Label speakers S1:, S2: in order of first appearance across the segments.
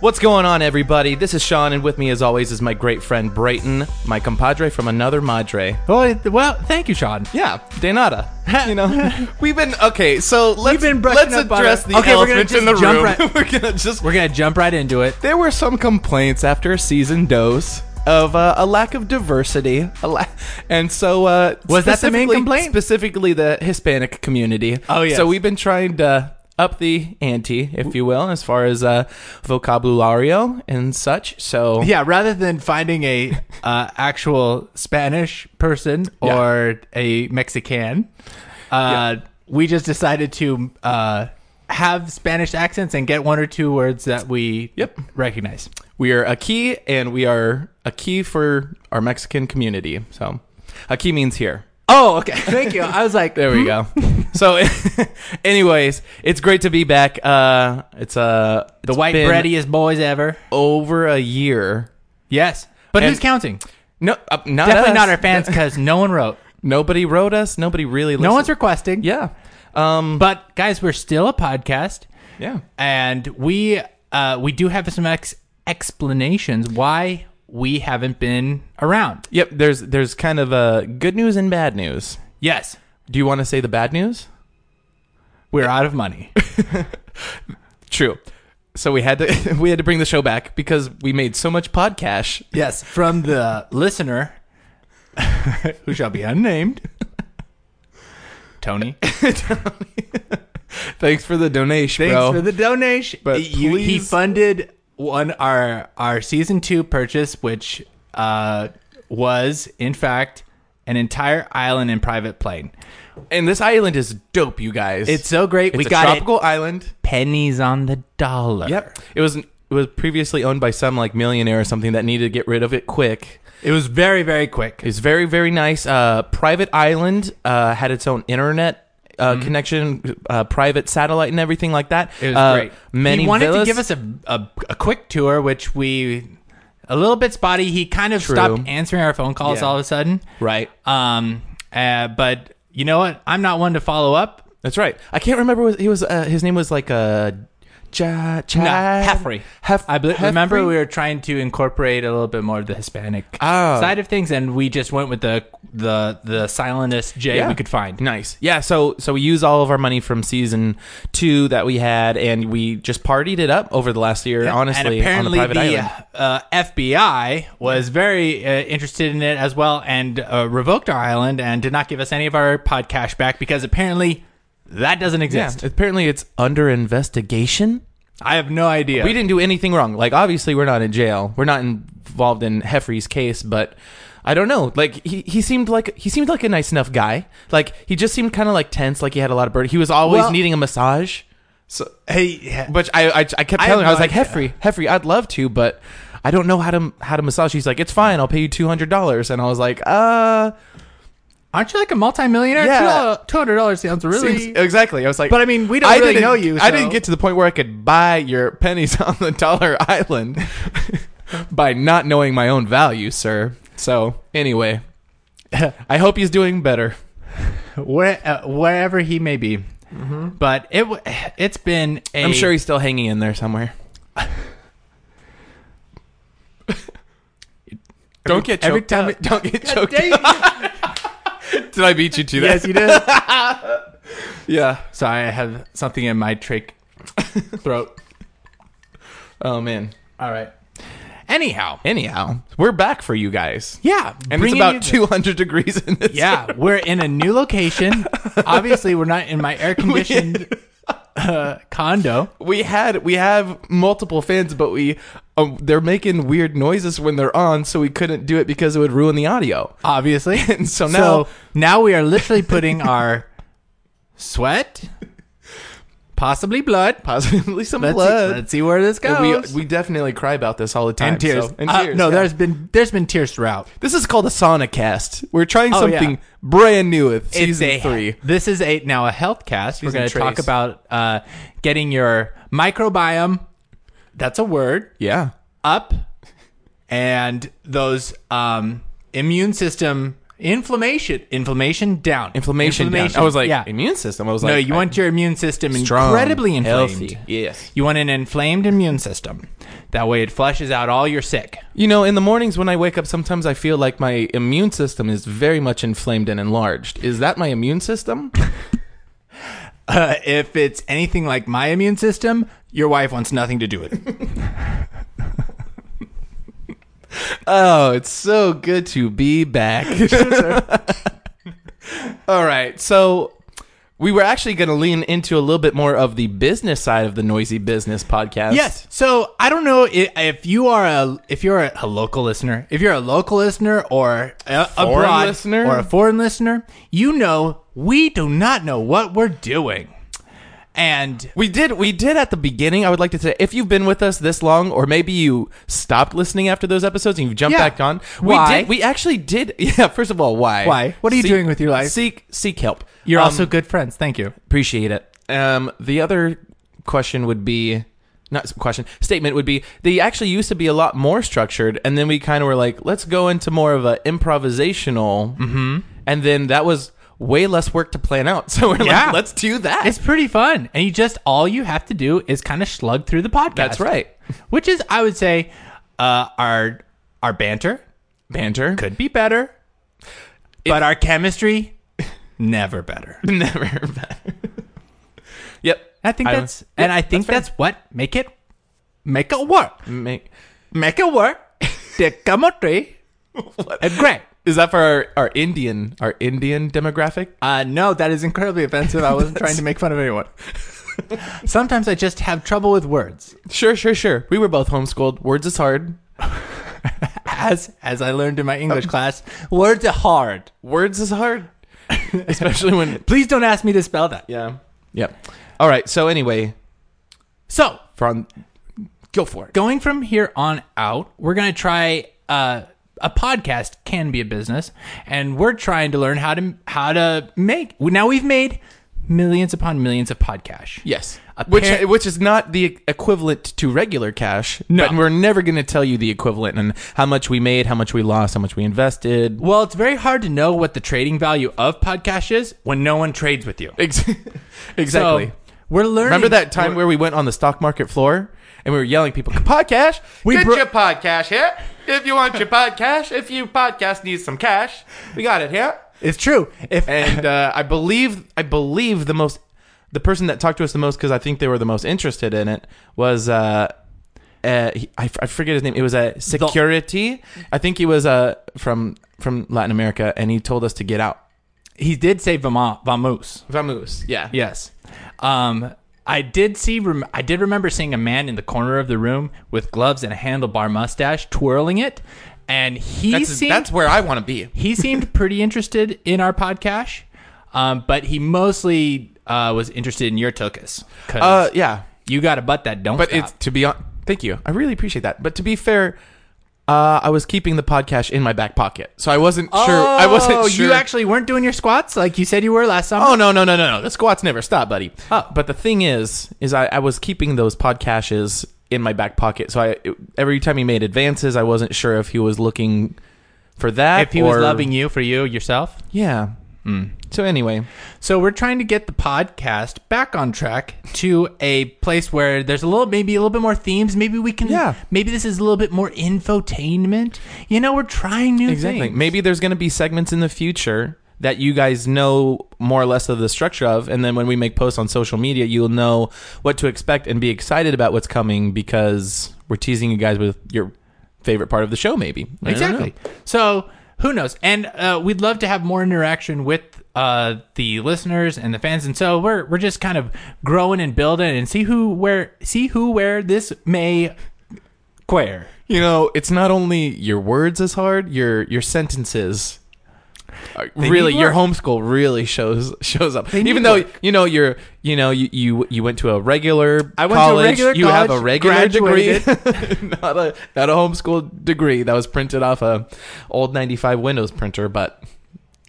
S1: What's going on, everybody? This is Sean, and with me, as always, is my great friend Brayton, my compadre from another madre.
S2: Well, it- well, thank you, Sean.
S1: Yeah, de nada. You know, we've been okay. So let's
S2: been brushing
S1: let's
S2: up on
S1: address
S2: it.
S1: the
S2: Okay, we're gonna
S1: elephant in the
S2: just jump
S1: room.
S2: right-
S1: we're gonna just
S2: We're gonna jump right into it.
S1: there were some complaints after a season dose of uh, a lack of diversity, a la- and so uh,
S2: Was that the main
S1: specifically-
S2: complaint?
S1: Specifically, the Hispanic community.
S2: Oh, yes.
S1: So we've been trying to up the ante, if you will, as far as uh, vocabulario and such. So
S2: Yeah, rather than finding a uh, actual Spanish person
S1: Yeah.
S2: or a Mexican, uh, we just decided to uh, have Spanish accents and get one or two words that we
S1: Yep.
S2: recognize.
S1: we are a key, and we are a key for our Mexican community. So a key means here.
S2: Oh, okay. Thank you. I was like,
S1: There we go. so, anyways, it's great to be back. Uh, it's uh,
S2: the white
S1: been-
S2: breadiest boys ever.
S1: over a year.
S2: Yes, but
S1: And-
S2: who's counting?
S1: No, uh, not
S2: Definitely
S1: us.
S2: not our fans because no one wrote.
S1: Nobody wrote us. Nobody really. Listened.
S2: No one's requesting.
S1: Yeah. Um.
S2: But guys, we're still a podcast.
S1: Yeah.
S2: and we uh, we do have some ex- explanations why we haven't been around.
S1: Yep. There's there's kind of a good news and bad news.
S2: Yes,
S1: Do you want to say the bad news?
S2: we're out of money.
S1: True. So we had to we had to bring the show back because we made so much podcast.
S2: yes, from the listener who shall be unnamed, Tony.
S1: Thanks for the donation,
S2: Thanks
S1: bro.
S2: for the donation.
S1: But
S2: You- he
S1: please-
S2: funded one our our season two purchase, which uh, was in fact an entire island and private plane.
S1: and this island is dope, you guys.
S2: It's so great.
S1: It's
S2: we
S1: a
S2: got it
S1: tropical island.
S2: pennies on the dollar.
S1: Yep. It was it was previously owned by some like millionaire or something that needed to get rid of it quick.
S2: It was very, very quick.
S1: It's very, very nice. Uh, private island uh, had its own internet uh, connection, uh, private satellite, and everything like that.
S2: Mm-hmm. It was
S1: Uh,
S2: great.
S1: Many
S2: he wanted
S1: villas.
S2: to give us a, a a quick tour, which we a little bit spotty. He kind of
S1: True.
S2: stopped answering our phone calls
S1: Yeah.
S2: all of a sudden.
S1: right.
S2: Um. Uh, but you know what? I'm not one to follow up.
S1: That's right. I can't remember. What, he was. Uh, his name was like uh, Ja Chad
S2: Heffrey.
S1: Hef-
S2: I bel-
S1: Heffrey?
S2: remember we were trying to incorporate a little bit more of the Hispanic
S1: Oh.
S2: side of things, and we just went with the the the silentest J
S1: Yeah.
S2: we could find.
S1: Nice. Yeah, so so we used all of our money from season two that we had and we just partied it up over the last year, honestly,
S2: and apparently
S1: on a private
S2: the
S1: island.
S2: Uh, FBI was very uh, interested in it as well and uh, revoked our island and did not give us any of our podcast back because apparently that doesn't
S1: Yeah.
S2: exist.
S1: Apparently it's under investigation.
S2: I have no idea.
S1: We didn't do anything wrong. Like obviously we're not in jail. We're not involved in Heffrey's case, but I don't know. Like he, he seemed like he seemed like a nice enough guy. Like he just seemed kind of like tense, like he had a lot of burden. He was always
S2: Well-
S1: needing a massage.
S2: So, hey,
S1: But I I, I kept
S2: I
S1: telling him, I
S2: have
S1: was
S2: no
S1: like, "Heffrey, Heffrey, I'd love to, but I don't know how to how to massage." He's like, "It's fine. I'll pay you $200." And I was like, "Uh,
S2: aren't you like a multimillionaire?
S1: Yeah.
S2: Two hundred dollars sounds really.
S1: seems- exactly." I was like,
S2: But I mean, we don't really
S1: didn't-
S2: know you,
S1: I
S2: so-
S1: didn't get to the point where I could buy your pennies on the dollar island by not knowing my own value, sir. So, anyway, I hope he's doing better.
S2: where, uh, wherever he may be. But it w- it's been a
S1: Mm-hmm. I'm sure he's still hanging in there somewhere. don't get choked
S2: every time
S1: up.
S2: it-
S1: don't get
S2: God
S1: choked
S2: dang
S1: up.
S2: it.
S1: Did I beat you to that?
S2: yes, you did.
S1: Yeah.
S2: Sorry, I have something in my trach throat.
S1: Oh man.
S2: All right. Anyhow,
S1: Anyhow, we're back for you guys.
S2: yeah,
S1: And it's
S2: bringing
S1: about
S2: you-
S1: 200 degrees in this.
S2: Yeah, we're in a new location. Obviously, we're not in my air conditioned uh, condo.
S1: We had we have multiple fans, but we um, they're making weird noises when they're on, so we couldn't do it because it would ruin the audio.
S2: Obviously,
S1: And so now
S2: so now we are literally putting our sweat, possibly blood.
S1: possibly some
S2: Let's
S1: blood.
S2: See, let's see where this
S1: we
S2: goes.
S1: we definitely cry about this all the time.
S2: and tears.
S1: so- and
S2: Uh,
S1: tears,
S2: no,
S1: yeah.
S2: there's been there's been tears throughout.
S1: This is called a Sonicast. We're trying
S2: Oh,
S1: something
S2: yeah.
S1: brand new with season
S2: It's a-
S1: three.
S2: This is a now a health cast. We're
S1: Season
S2: going to talk
S1: trace.
S2: about uh, getting your microbiome. That's a word
S1: Yeah.
S2: up, and those um, immune system inflammation inflammation down
S1: Inflammation. down. I was like,
S2: yeah.
S1: immune system. I was
S2: no,
S1: like,
S2: you
S1: I-
S2: want your immune system
S1: strong,
S2: incredibly inflamed.
S1: healthy. Yes.
S2: You want an inflamed immune system. That way it flushes out all your sick.
S1: You know, in the mornings when I wake up, sometimes I feel like my immune system is very much inflamed and enlarged. Is that my immune system?
S2: Uh, if it's anything like my immune system, your wife wants nothing to do with it.
S1: oh, it's so good to be back. All right. So we were actually going to lean into a little bit more of the business side of the Noisy Business podcast.
S2: Yes. So I don't know if, if you are a if you're a, a local listener, if you're a local listener or a,
S1: Foreign
S2: abroad
S1: listener?
S2: or a foreign listener, you know we do not know what we're doing, and
S1: We did we did at the beginning. I would like to say if you've been with us this long or maybe you stopped listening after those episodes and you've jumped
S2: Yeah.
S1: back on. We
S2: Why?
S1: did we actually did yeah, first of all, why?
S2: Why? What are you
S1: Seek-
S2: doing with your life?
S1: Seek seek help.
S2: you're
S1: Um,
S2: also good friends. Thank you.
S1: Appreciate it. Um, the other question would be not s- question statement would be they actually used to be a lot more structured, and then we kind of were like, let's go into more of a improvisational,
S2: Mm-hmm.
S1: and then that was way less work to plan out. So we're
S2: Yeah.
S1: like, let's do that.
S2: It's pretty fun, and you just all you have to do is kind of slug through the podcast.
S1: That's right.
S2: Which is, I would say, uh, our our banter
S1: Banter
S2: could be better, but our chemistry never better.
S1: never. better. yep.
S2: I think
S1: I-
S2: that's and I think that's, what make it make it work.
S1: Make,
S2: Make it work. The chemistry is Uh, great.
S1: is that for our, our Indian our Indian demographic?
S2: Uh, no, that is incredibly offensive. I wasn't trying to make fun of anyone. Sometimes I just have trouble with words,
S1: Sure, sure, sure. We were both homeschooled. Words is hard.
S2: as as I learned in my English class. Words are hard.
S1: Words is hard, especially when
S2: Please don't ask me to spell that.
S1: Yeah. Yep. All right. So anyway,
S2: So
S1: from go for it.
S2: going from here on out, we're going to try uh, a podcast can be a business, and we're trying to learn how to how to make. Now we've made millions upon millions of podcasts.
S1: Yes.
S2: A
S1: Which
S2: pair-
S1: which is not the equivalent to regular cash.
S2: No.
S1: But we're never going to tell you the equivalent and how much we made, how much we lost, how much we invested.
S2: Well, it's very hard to know what the trading value of podcast is when no one trades with you.
S1: Ex-
S2: So,
S1: E- exactly.
S2: we're learning.
S1: Remember that time where we went on the stock market floor and we were yelling at people, podcast,
S2: We
S1: get
S2: bro-
S1: your podcast here. If you want your podcast, if you podcast needs some cash, we got it here.
S2: It's true. If
S1: and uh, I believe I believe the most the person that talked to us the most because I think they were the most interested in it was uh, uh he- I, f- I forget his name. It was a security. I think he was uh from from Latin America, and he told us to get out.
S2: he did say Vama- vamos.
S1: Vamos. Yeah.
S2: Yes. Um, I did see. Rem- I did remember seeing a man in the corner of the room with gloves and a handlebar mustache, twirling it, and he
S1: That's
S2: seemed
S1: that's where I want to be.
S2: he seemed pretty interested in our podcast, um, but he mostly uh, was interested in your tokus. 'cause
S1: Uh yeah,
S2: you got to butt that, don't
S1: but
S2: stop.
S1: it's to be on. Thank you. I really appreciate that. But to be fair. Uh, I was keeping the podcast in my back pocket, so I wasn't sure. I
S2: Oh,
S1: wasn't sure.
S2: You actually weren't doing your squats like you said you were last summer.
S1: Oh no no no no no! The squats never stop, buddy.
S2: Oh.
S1: Ah, But the thing is, is I, I was keeping those podcasts in my back pocket. So I every time he made advances, I wasn't sure if he was looking for that.
S2: if he was
S1: or-
S2: loving you for you yourself.
S1: yeah. So anyway,
S2: So we're trying to get the podcast back on track to a place where there's a little, maybe a little bit more themes. Maybe we can,
S1: Yeah.
S2: Maybe this is a little bit more infotainment. You know, we're trying new
S1: exactly.
S2: things.
S1: Maybe there's going to be segments in the future that you guys know more or less of the structure of, and then when we make posts on social media, you'll know what to expect and be excited about what's coming because we're teasing you guys with your favorite part of the show, maybe. I don't know.
S2: exactly. So who knows? And uh, we'd love to have more interaction with uh, the listeners and the fans. And so we're we're just kind of growing and building and see who where see who where this may queer.
S1: You know, it's not only your words is hard, your your sentences. are-
S2: need
S1: Really, your
S2: work.
S1: homeschool really shows shows up. Even
S2: need
S1: though
S2: work.
S1: you know you're you know you you, you went to a regular
S2: I went to a
S1: college,
S2: regular
S1: you have a
S2: college,
S1: regular degree, not a not a homeschool degree that was printed off a old ninety five Windows printer, but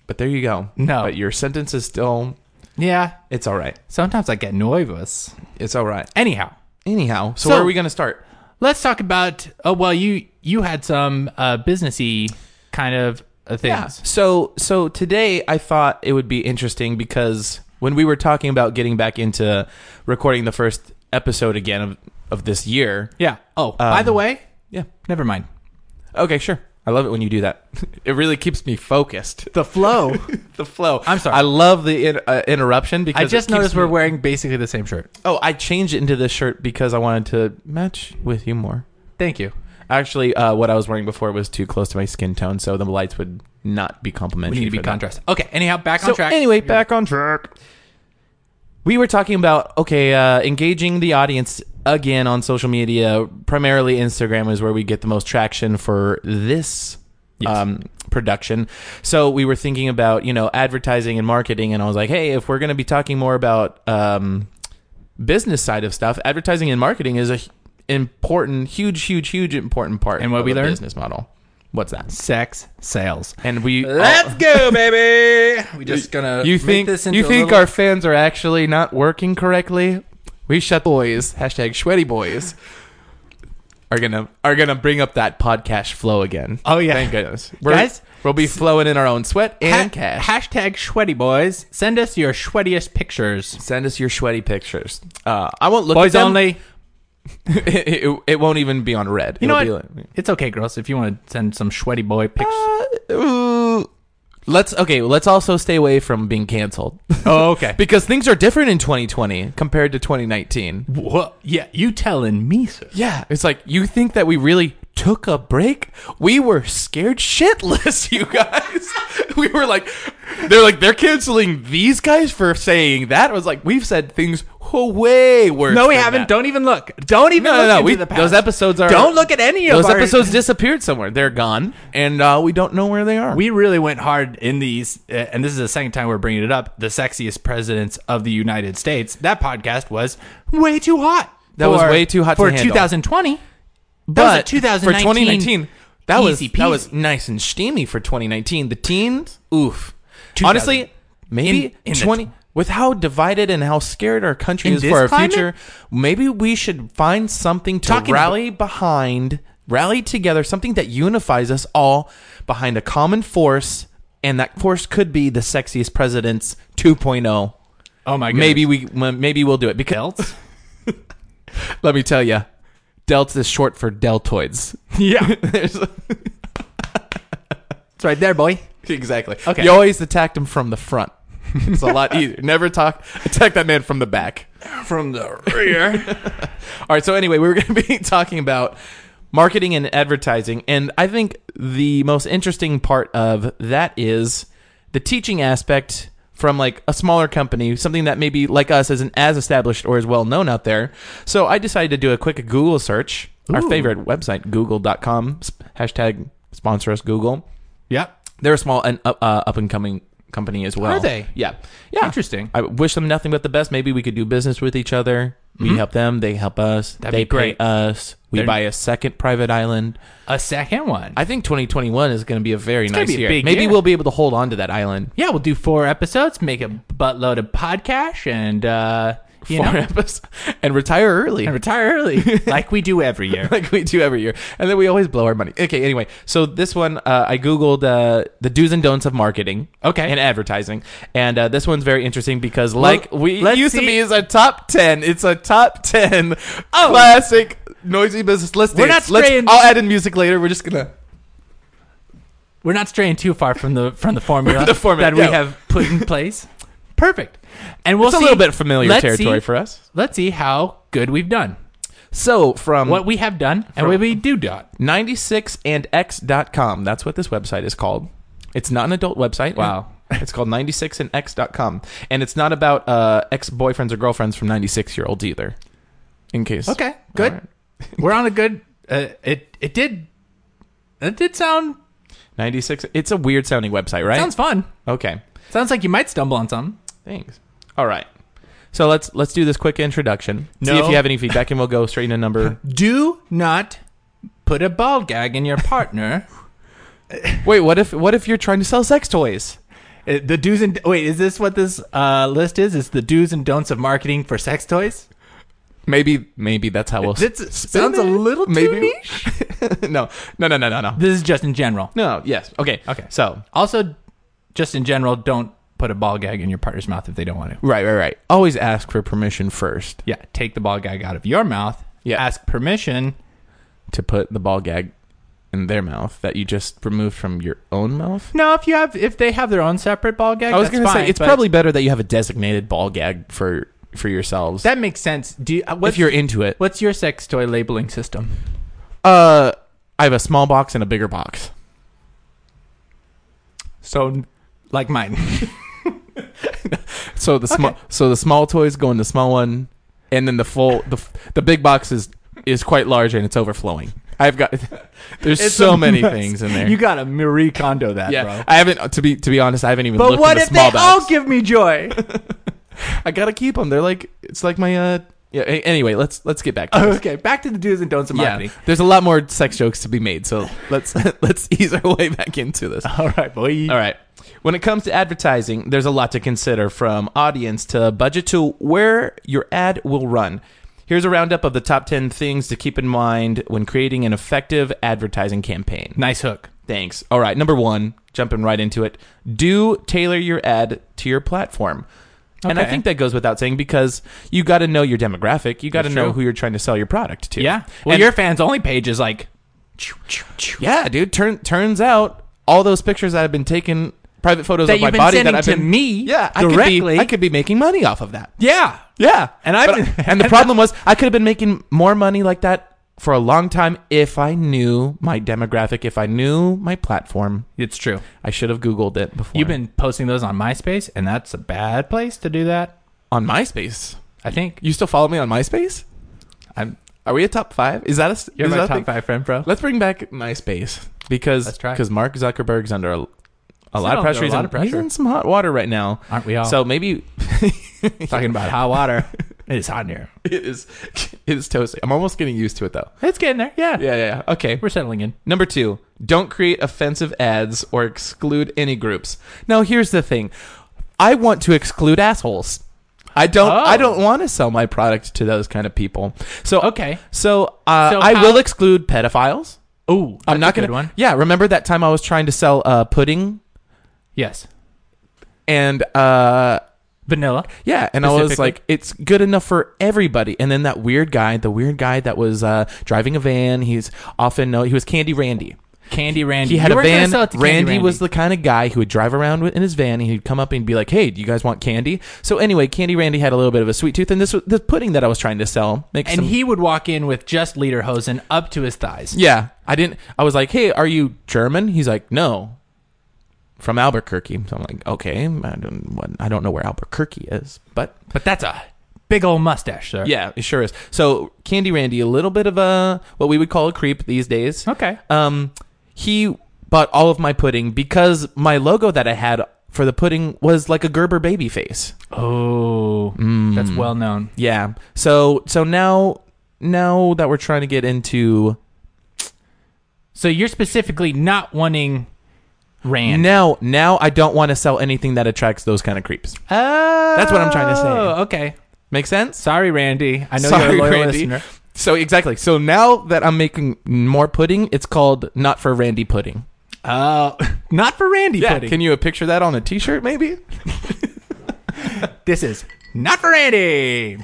S1: but there you go.
S2: No.
S1: but your sentence is still
S2: Yeah.
S1: it's all right.
S2: Sometimes I get nervous.
S1: It's all right.
S2: Anyhow.
S1: Anyhow, so,
S2: So-
S1: where are we gonna start?
S2: let's talk about oh well you you had some uh businessy kind of uh, things
S1: So so today I thought it would be interesting because when we were talking about getting back into recording the first episode again of, of this year.
S2: Yeah. Oh, by
S1: Um,
S2: the way,
S1: Yeah.
S2: never mind.
S1: Okay, sure. I love it when you do that. It really keeps me focused.
S2: The flow.
S1: The flow.
S2: I'm sorry.
S1: I love the in, uh, interruption because
S2: I
S1: it
S2: just
S1: keeps
S2: noticed
S1: me-
S2: we're wearing basically the same shirt.
S1: Oh, I changed it into this shirt because I wanted to match with you more.
S2: Thank you.
S1: Actually, uh, what I was wearing before was too close to my skin tone, so the lights would not be complimentary.
S2: We need to be
S1: for that.
S2: contrast. Okay. Anyhow, back on
S1: so
S2: track.
S1: anyway, back on track. We were talking about okay, uh, engaging the audience again on social media. Primarily, Instagram is where we get the most traction for this
S2: Yes.
S1: um, production. So we were thinking about you know advertising and marketing, and I was like, hey, if we're going to be talking more about um, business side of stuff, advertising and marketing is a h- important, huge, huge, huge important part.
S2: And what
S1: of
S2: we
S1: a
S2: learned?
S1: business model. What's that?
S2: sex sales.
S1: And we
S2: Let's go, baby. We just gonna
S1: you
S2: Uh, make
S1: think
S2: this into
S1: you
S2: a
S1: think
S2: little-
S1: our fans are actually not working correctly? We shut boys hashtag sweaty boys are gonna are gonna bring up that podcast flow again.
S2: Oh, yeah.
S1: thank goodness, We're-
S2: Guys,
S1: We'll be flowing in our own sweat and cash.
S2: Hashtag sweaty boys. Send us your sweatiest pictures.
S1: Send us your sweaty pictures. Uh, I won't look
S2: Boys
S1: at them.
S2: only.
S1: it, it- it won't even be on red.
S2: You know
S1: It'll
S2: what? It's okay, girls, if you want to send some sweaty boy pictures.
S1: be like- Ooh. let's okay. Let's also stay away from being canceled
S2: oh, okay.
S1: because things are different in 2020 compared to 2019.
S2: Wha- Yeah, you telling me, sir?
S1: Yeah, it's like you think that we really took a break. We were scared shitless, you guys. we were like, they're like they're canceling these guys for saying that. I was like, we've said things way worse.
S2: No, we
S1: than
S2: haven't.
S1: That.
S2: Don't even look. Don't even
S1: No,
S2: look
S1: no, no.
S2: into
S1: We,
S2: the past.
S1: those episodes are.
S2: Don't look at any of
S1: those
S2: our-
S1: episodes. Disappeared somewhere. They're gone, and uh, we don't know where they are.
S2: We really went hard in these, uh, and this is the second time we're bringing it up. The sexiest presidents of the United States. That podcast was way too hot.
S1: That was way too hot to
S2: for
S1: handle.
S2: 2020.
S1: but
S2: that was a 2019
S1: for 2019, that was
S2: easy
S1: that
S2: peasy.
S1: was nice and steamy for 2019. The teens, oof.
S2: 2000.
S1: Honestly, maybe
S2: In- in the-
S1: 20. with how divided and how scared our country
S2: In
S1: is
S2: this
S1: for our
S2: climate?
S1: future, maybe we should find something to
S2: Talking
S1: rally behind, rally together, something that unifies us all behind a common force, and that force could be the sexiest presidents 2.0.
S2: Oh my god.
S1: Maybe we m- maybe we'll do it because
S2: else.
S1: let me tell you, delts is short for deltoids.
S2: yeah,
S1: There's-
S2: it's right there, boy.
S1: Exactly.
S2: Okay.
S1: You always attacked him from the front. It's a lot easier. Never talk attack that man from the back.
S2: From the rear.
S1: All right. So anyway, we were going to be talking about marketing and advertising, and I think the most interesting part of that is the teaching aspect from like a smaller company, something that maybe like us isn't as established or as well known out there. So I decided to do a quick Google search. Our
S2: Ooh.
S1: favorite website, Google.com. s- Hashtag sponsor us, Google.
S2: yep.
S1: They're a small and up, uh, up and coming company as well.
S2: Are they?
S1: Yeah. Yeah.
S2: Interesting.
S1: I wish them nothing but the best. Maybe we could do business with each other. We help them, they help us.
S2: Mm-hmm. That'd
S1: they
S2: be great.
S1: pay us. We
S2: They're-
S1: buy a second private island.
S2: A second one.
S1: I think 2021 is going to be a very
S2: gonna
S1: nice
S2: be a
S1: year.
S2: big
S1: Maybe
S2: year.
S1: we'll be able to hold on to that island.
S2: yeah, we'll do four episodes, make a buttload of podcast, and uh, you
S1: for
S2: know,
S1: episodes and retire early.
S2: and retire early like we do every year.
S1: like we do every year. And then we always blow our money. Okay, anyway. So this one, uh, I Googled uh, the do's and don'ts of marketing.
S2: Okay.
S1: And advertising. And uh, this one's very interesting because, like we
S2: let's
S1: used to
S2: see-
S1: be, is a top 10. It's a top 10 classic noisy business. Let's do
S2: Oh.
S1: it.
S2: We're not
S1: Let's-
S2: straying-
S1: I'll add in music later. We're just going to.
S2: We're not straying too far from the from the formula,
S1: The formula,
S2: that we
S1: yeah.
S2: have put in place. Perfect. And we'll
S1: It's a
S2: see-
S1: little bit familiar
S2: let's
S1: territory
S2: see,
S1: for us.
S2: Let's see how good we've done.
S1: So from
S2: What we have done and what we do done.
S1: 96andx.com. That's what this website is called. It's not an adult website.
S2: Wow.
S1: It's called 96andx.com. And it's not about uh, ex boyfriends or girlfriends from 96 year olds either. In case.
S2: Okay, good.
S1: All right.
S2: We're on a good. Uh, it it did. It did sound
S1: 96. It's a weird sounding website, right?
S2: sounds fun.
S1: okay.
S2: Sounds like you might stumble on something.
S1: Thanks. All right. So let's let's do this quick introduction. See if
S2: No.
S1: you have any feedback, and we'll go straight into number.
S2: Do not put a ball gag in your partner.
S1: Wait, what if what if you're trying to sell sex toys?
S2: Uh, the do's and wait is this what this uh, list is? It's the do's and don'ts of marketing for sex toys.
S1: Maybe maybe that's how we'll.
S2: This
S1: spin
S2: sounds a
S1: it?
S2: little too
S1: Maybe-
S2: niche.
S1: no no no no no no
S2: This is just in general.
S1: no. Yes. Okay.
S2: Okay.
S1: So
S2: Also, just in general, don't put a ball gag in your partner's mouth if they don't want to.
S1: Right, right, right. Always ask for permission first
S2: Yeah, take the ball gag out of your mouth.
S1: Yeah.
S2: ask permission.
S1: to put the ball gag in their mouth that you just removed from your own mouth.
S2: No, if you have if they have their own separate ball gag,
S1: I was
S2: that's
S1: going to
S2: fine,
S1: say it's
S2: but
S1: probably better that you have a designated ball gag for for yourselves
S2: that makes sense. Do you, uh, what's
S1: if you're into it.
S2: what's your sex toy labeling system?
S1: Uh, I have a small box and a bigger box.
S2: So, like mine.
S1: So the small so the small toys go in the small one, and then the full the f- the big box is is quite large and it's overflowing. I've got there's
S2: It's
S1: so
S2: a
S1: many
S2: mess.
S1: things in there.
S2: You gotta Marie Kondo that,
S1: yeah,
S2: bro.
S1: I haven't to be to be honest. I haven't even.
S2: But
S1: looked in
S2: what
S1: the
S2: if they oh,
S1: small box.
S2: all give me joy?
S1: I gotta keep them. They're like it's like my uh yeah. a- Anyway, let's let's get back. to this.
S2: okay, back to the do's and don'ts of
S1: Oh, Yeah,
S2: marketing.
S1: there's a lot more sex jokes to be made, so let's let's ease our way back into this.
S2: All right, boy.
S1: All right. When it comes to advertising, there's a lot to consider from audience to budget to where your ad will run. Here's a roundup of the top 10 things to keep in mind when creating an effective advertising campaign.
S2: Nice hook.
S1: Thanks. All right, number one, jumping right into it. Do tailor your ad to your platform. And I
S2: Okay.
S1: think that goes without saying because you got to know your demographic. You got to
S2: That's
S1: know
S2: true.
S1: who you're trying to sell your product to.
S2: Yeah. Well,
S1: And-
S2: your fans only page is like. choo, choo, choo.
S1: yeah, dude. Turn, turns out all those pictures that have been taken, private photos
S2: That
S1: of my
S2: you've been
S1: body
S2: sending
S1: that I've
S2: to
S1: been
S2: me
S1: yeah, I could,
S2: directly.
S1: be, I could be making money off of that.
S2: Yeah.
S1: Yeah,
S2: And I've
S1: But-
S2: been-
S1: and the problem was I could have been making more money like that for a long time if I knew my demographic, if I knew my platform.
S2: It's true.
S1: I should have googled it before.
S2: You've been posting those on MySpace, and that's a bad place to do that.
S1: on MySpace.
S2: I think
S1: You still follow me on MySpace?
S2: I'm.
S1: Are we a top five? Is that a s-
S2: You're
S1: is
S2: my
S1: that a
S2: top
S1: thing?
S2: five friend, bro.
S1: Let's bring back MySpace because
S2: Let's try.
S1: because Mark Zuckerberg's under a, a lot
S2: under
S1: of pressure.
S2: a
S1: He's,
S2: lot
S1: in,
S2: of pressure.
S1: he's in some hot water right now.
S2: Aren't we all?
S1: So maybe
S2: talking about hot water. it's hot in here.
S1: it is it is toasty. I'm almost getting used to it though.
S2: It's getting there. Yeah.
S1: Yeah, yeah, yeah. Okay.
S2: We're settling in.
S1: Number two, don't create offensive ads or exclude any groups. Now, here's the thing: I want to exclude assholes. I don't.
S2: Oh.
S1: I don't want to sell my product to those kind of people. So
S2: Okay.
S1: So, uh,
S2: So
S1: I
S2: how-
S1: will exclude pedophiles.
S2: Ooh,
S1: I'm not
S2: a
S1: gonna.
S2: good one.
S1: Yeah, remember that time I was trying to sell uh, pudding
S2: Yes.
S1: and uh,
S2: Vanilla.
S1: yeah, and I was
S2: Specifically?
S1: like, it's good enough for everybody. And then that weird guy, the weird guy that was uh, driving a van, he's often known. He was Candy Randy.
S2: Candy Randy.
S1: He had a
S2: You weren't gonna
S1: van.
S2: sell it to
S1: Randy,
S2: Candy
S1: was the kind of guy who would drive around with- in his van, and he'd come up and be like, "Hey, do you guys want candy?" So anyway, Candy Randy had a little bit of a sweet tooth, and this was the pudding that I was trying to sell. Makes
S2: and
S1: some-
S2: he would walk in with just lederhosen up to his thighs.
S1: yeah, I didn't. I was like, "Hey, are you German?" He's like, "No." From Albuquerque, so I'm like, okay, I don't, what- I don't know where Albuquerque is, but
S2: But that's a big old mustache, sir.
S1: yeah, it sure is. So Candy Randy, a little bit of a what we would call a creep these days.
S2: Okay.
S1: Um, he bought all of my pudding because my logo that I had for the pudding was like a Gerber baby face.
S2: Oh, that's
S1: Mm.
S2: well known.
S1: Yeah. So so now now that we're trying to get into
S2: So you're specifically not wanting Rand.
S1: now now I don't want to sell anything that attracts those kind of creeps.
S2: Oh,
S1: That's what I'm trying to say.
S2: Okay.
S1: Make sense?
S2: Sorry, Randy. I know
S1: Sorry,
S2: you're a loyal
S1: Randy.
S2: listener.
S1: So exactly. So now that I'm making more pudding, it's called not for Randy pudding.
S2: Oh, not for Randy
S1: Yeah.
S2: pudding.
S1: Can you picture that on a T-shirt, maybe?
S2: this is not for Randy.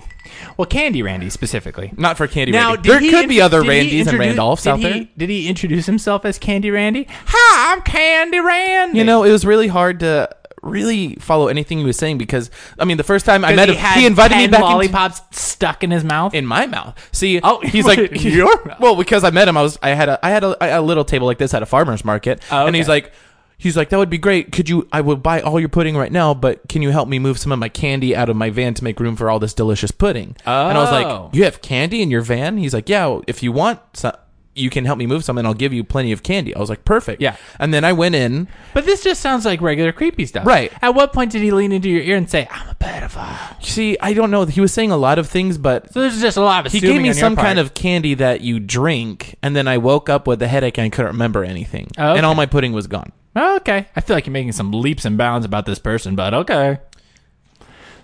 S2: Well, Candy Randy specifically.
S1: Not for Candy
S2: Now,
S1: Randy.
S2: did
S1: There
S2: he
S1: could be
S2: int-
S1: other
S2: did he
S1: Randys and
S2: introduce-
S1: Randolphs
S2: did
S1: out
S2: he-
S1: there.
S2: Did he introduce himself as Candy Randy? Hi, I'm Candy Randy.
S1: You know, it was really hard to really follow anything he was saying because I mean, the first time I met
S2: he
S1: him,
S2: had
S1: he invited me
S2: 10
S1: back into-
S2: lollipops stuck in his mouth.
S1: in my mouth. See,
S2: Oh,
S1: he's like,
S2: in your mouth.
S1: well, because I met him, I was, I had a, I had a, a little table like this at a farmer's market,
S2: Oh,
S1: and he's
S2: okay.
S1: like, he's like, that would be great. Could you? I would buy all your pudding right now, but can you help me move some of my candy out of my van to make room for all this delicious pudding? And I was
S2: Oh.
S1: like, you have candy in your van? He's like, yeah, well, if you want some. You can help me move some, and I'll give you plenty of candy. I was like, perfect.
S2: Yeah.
S1: And then I went in.
S2: but this just sounds like regular creepy stuff.
S1: Right.
S2: At what point did he lean into your ear and say, I'm a pedophile?
S1: See, I don't know. He was saying a lot of things, but
S2: So this is just a lot of
S1: he
S2: assuming
S1: gave me
S2: on your
S1: some
S2: part.
S1: kind of candy that you drink, and then I woke up with a headache and I couldn't remember anything,
S2: Oh, okay.
S1: and all my pudding was gone.
S2: Oh, okay. I feel like you're making some leaps and bounds about this person, but okay.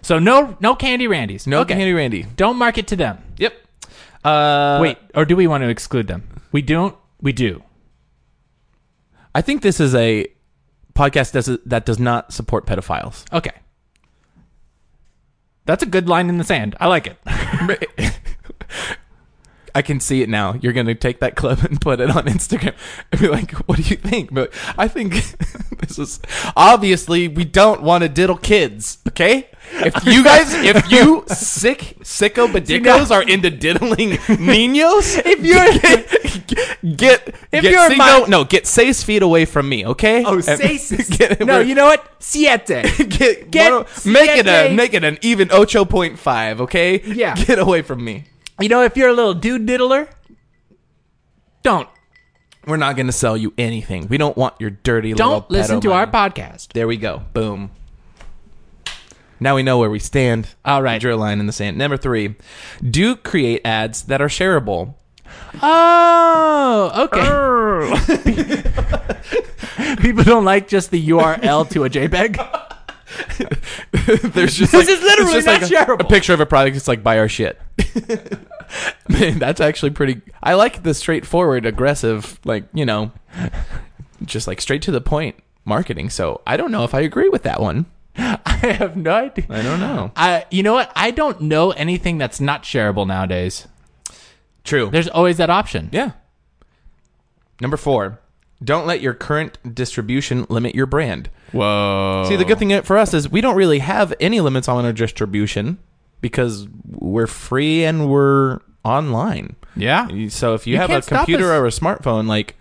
S2: So no no Candy Randys.
S1: No
S2: okay.
S1: Candy Randy.
S2: Don't market to them.
S1: Yep. Uh,
S2: Wait, or do we want to exclude them? We don't. We do.
S1: I think this is a podcast does that does not support pedophiles.
S2: Okay. That's a good line in the sand. I like it.
S1: I can see it now. You're gonna take that clip and put it on Instagram and be like, "What do you think?" But I think this is obviously we don't want to diddle kids. Okay, if you guys, if you sick sicko badicos are into diddling niños,
S2: If you're
S1: get, get get
S2: If you're
S1: cinco-
S2: my-
S1: no get seis feet away from me. Okay.
S2: Oh,
S1: And-
S2: seis.
S1: Get-
S2: no,
S1: we're-
S2: you know what? Siete.
S1: Get,
S2: Get
S1: what- make it a
S2: siete.
S1: make it an even ocho point five, okay?
S2: Yeah.
S1: Get away from me.
S2: You know, if you're a little dude diddler, don't
S1: We're not gonna sell you anything. We don't want your dirty little.
S2: don't listen
S1: pedo
S2: to our
S1: money.
S2: podcast.
S1: There we go. Boom. Now we know where we stand.
S2: All right.
S1: Draw a line in the sand. Number three, do create ads that are shareable.
S2: Oh, okay. People don't like just the URL to a JPEG.
S1: There's just
S2: This
S1: like-
S2: is literally
S1: it's just
S2: not
S1: like a,
S2: shareable.
S1: a picture of a product. It's like buy our shit. Man, that's actually pretty. I like the straightforward, aggressive, like you know, just like straight to the point marketing. So I don't know if I agree with that one.
S2: I have no idea.
S1: I don't know.
S2: I, you know what? I don't know anything that's not shareable nowadays.
S1: True.
S2: There's always that option.
S1: Yeah. Number four, don't let your current distribution limit your brand.
S2: Whoa.
S1: See, the good thing for us is we don't really have any limits on our distribution because we're free and we're online.
S2: Yeah.
S1: So if you,
S2: You
S1: have a
S2: can't stop
S1: computer
S2: us.
S1: or a smartphone, like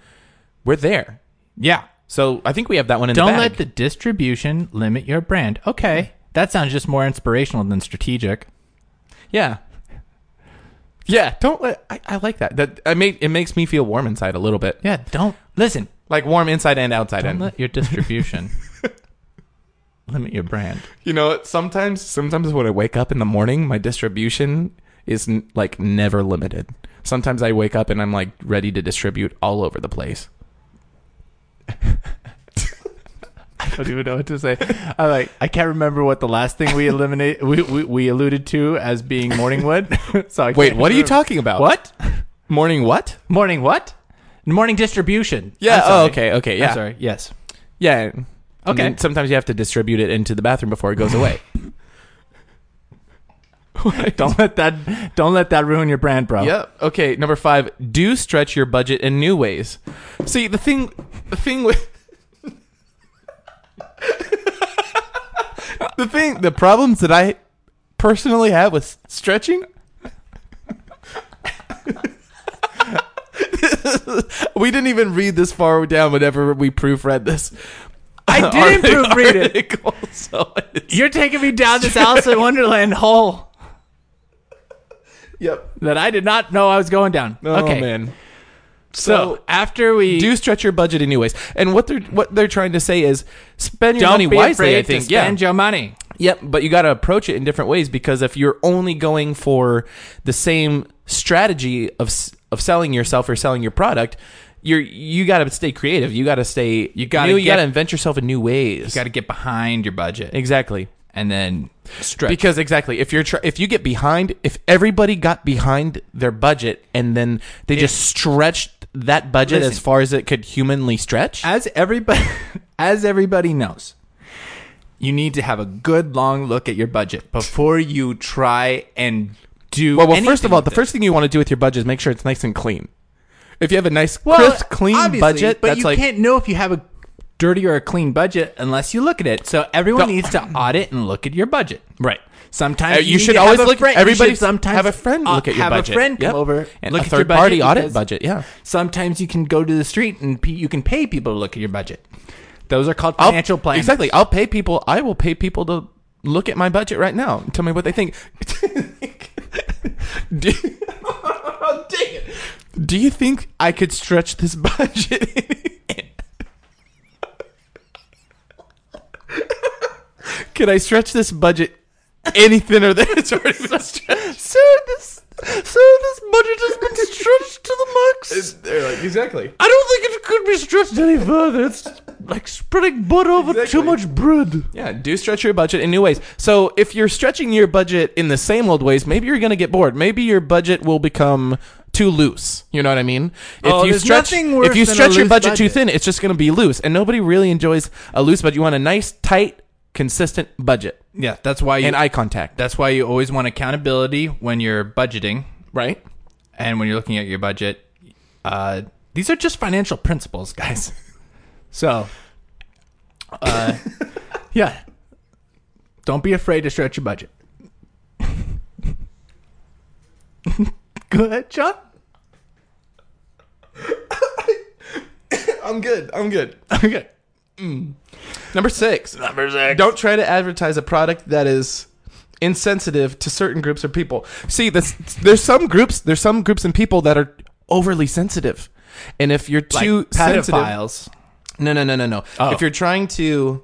S1: we're there.
S2: Yeah.
S1: So I think we have that one in the
S2: Don't
S1: bag.
S2: let the distribution limit your brand. Okay. That sounds just more inspirational than strategic.
S1: yeah. Yeah, don't let. I, I like that. That I make it makes me feel warm inside a little bit,
S2: Yeah, don't listen.
S1: like warm inside and outside.
S2: Don't
S1: in.
S2: let your distribution limit your brand.
S1: You know, it's sometimes sometimes when I wake up in the morning, my distribution is n- like never limited. Sometimes I wake up and I'm like ready to distribute all over the place.
S2: I don't even know what to say. I like I can't remember what the last thing we eliminate we, we, we alluded to as being Morningwood. so I
S1: Wait,
S2: can't
S1: what are you
S2: remember.
S1: talking about?
S2: What?
S1: Morning what?
S2: Morning what? Morning distribution.
S1: Yeah,
S2: I'm
S1: oh,
S2: sorry.
S1: okay, okay,
S2: I'm
S1: yeah.
S2: sorry. Yes.
S1: Yeah. And
S2: Okay.
S1: then sometimes you have to distribute it into the bathroom before it goes away.
S2: Don't let that don't let that ruin your brand, bro.
S1: Yep. Okay. Number five, do stretch your budget in new ways. See the thing, the thing with the thing, the problems that I personally have with stretching. we didn't even read this far down. Whenever we proofread this,
S2: I didn't proofread it.
S1: Article, so it's-
S2: You're taking me down this Alice in Wonderland hole
S1: yep.
S2: that I did not know I was going down.
S1: Oh
S2: okay.
S1: man.
S2: So, after we
S1: do stretch your budget anyways. And what they're what they're trying to say is spend your
S2: don't
S1: money
S2: be
S1: wisely.
S2: afraid
S1: I think
S2: to spend
S1: yeah,
S2: your money.
S1: yep. But you got to approach it in different ways because if you're only going for the same strategy of s- of selling yourself or selling your product. You're, you got to stay creative. You got to stay. You
S2: gotta
S1: new, You
S2: get-
S1: got to invent yourself in new ways.
S2: You got to get behind your budget
S1: exactly.
S2: and then stretch.
S1: Because exactly, if you're tr- if you get behind, if everybody got behind their budget and then they just stretched that budget as
S2: Listen.
S1: far as it could humanly stretch.
S2: as everybody as everybody knows, you need to have a good long look at your budget before you try and do
S1: Well, well
S2: anything
S1: first of all,
S2: with
S1: the
S2: it.
S1: first thing you want to do with your budget is make sure it's nice and clean. If you have a nice,
S2: Well,
S1: crisp, clean
S2: obviously,
S1: budget,
S2: but
S1: that's
S2: you
S1: like
S2: can't know if you have a dirty or a clean budget unless you look at it. So everyone
S1: The-
S2: needs to audit and look at your budget.
S1: right.
S2: Sometimes
S1: Uh,
S2: you,
S1: you
S2: need
S1: should
S2: to have
S1: always
S2: a
S1: look-
S2: friend- you
S1: everybody
S2: should sometimes
S1: have a friend
S2: uh,
S1: look at your
S2: have
S1: budget.
S2: a friend come
S1: Yep.
S2: over
S1: And
S2: look
S1: a
S2: at your
S1: third party
S2: budget
S1: audit
S2: because
S1: budget, yeah.
S2: Sometimes you can go to the street and pe- you can pay people to look at your budget. Those are called
S1: I'll-
S2: financial plans.
S1: Exactly. I'll pay people. I will pay people to look at my budget right now. and Tell me what they think. do, Dang it. do you think I could stretch this budget? Can I stretch this budget any thinner than it's already been stretched? So this, so this budget has been stretched to the max. They're like exactly.
S2: I don't think it could be stressed any further. It's like spreading butter over
S1: Exactly.
S2: bread.
S1: Yeah, do stretch your budget in new ways. So if you're stretching your budget in the same old ways, maybe you're going to get bored. Maybe your budget will become too loose. You know what I mean? If
S2: Oh,
S1: you
S2: there's
S1: stretch,
S2: nothing worse
S1: if you
S2: than a
S1: stretch your
S2: loose
S1: budget, too
S2: budget.
S1: thin, it's just going to be loose, and nobody really enjoys a loose budget. You want a nice, tight, consistent budget
S2: Yeah, that's why you
S1: and eye contact,
S2: that's why you always want accountability when you're budgeting
S1: right?
S2: and when you're looking at your budget. Uh, these are just financial principles, guys. So, uh, yeah, don't be afraid to stretch your budget. Good, John.
S1: I'm good. I'm good.
S2: Okay.
S1: Mm. Number six.
S2: Number six.
S1: Don't try to advertise a product that is insensitive to certain groups or people. See, this, there's some groups, there's some groups and people that are overly sensitive, and if you're
S2: Like
S1: too sensitive,
S2: pedophiles.
S1: no, no, no, no, no.
S2: Oh.
S1: If you're trying to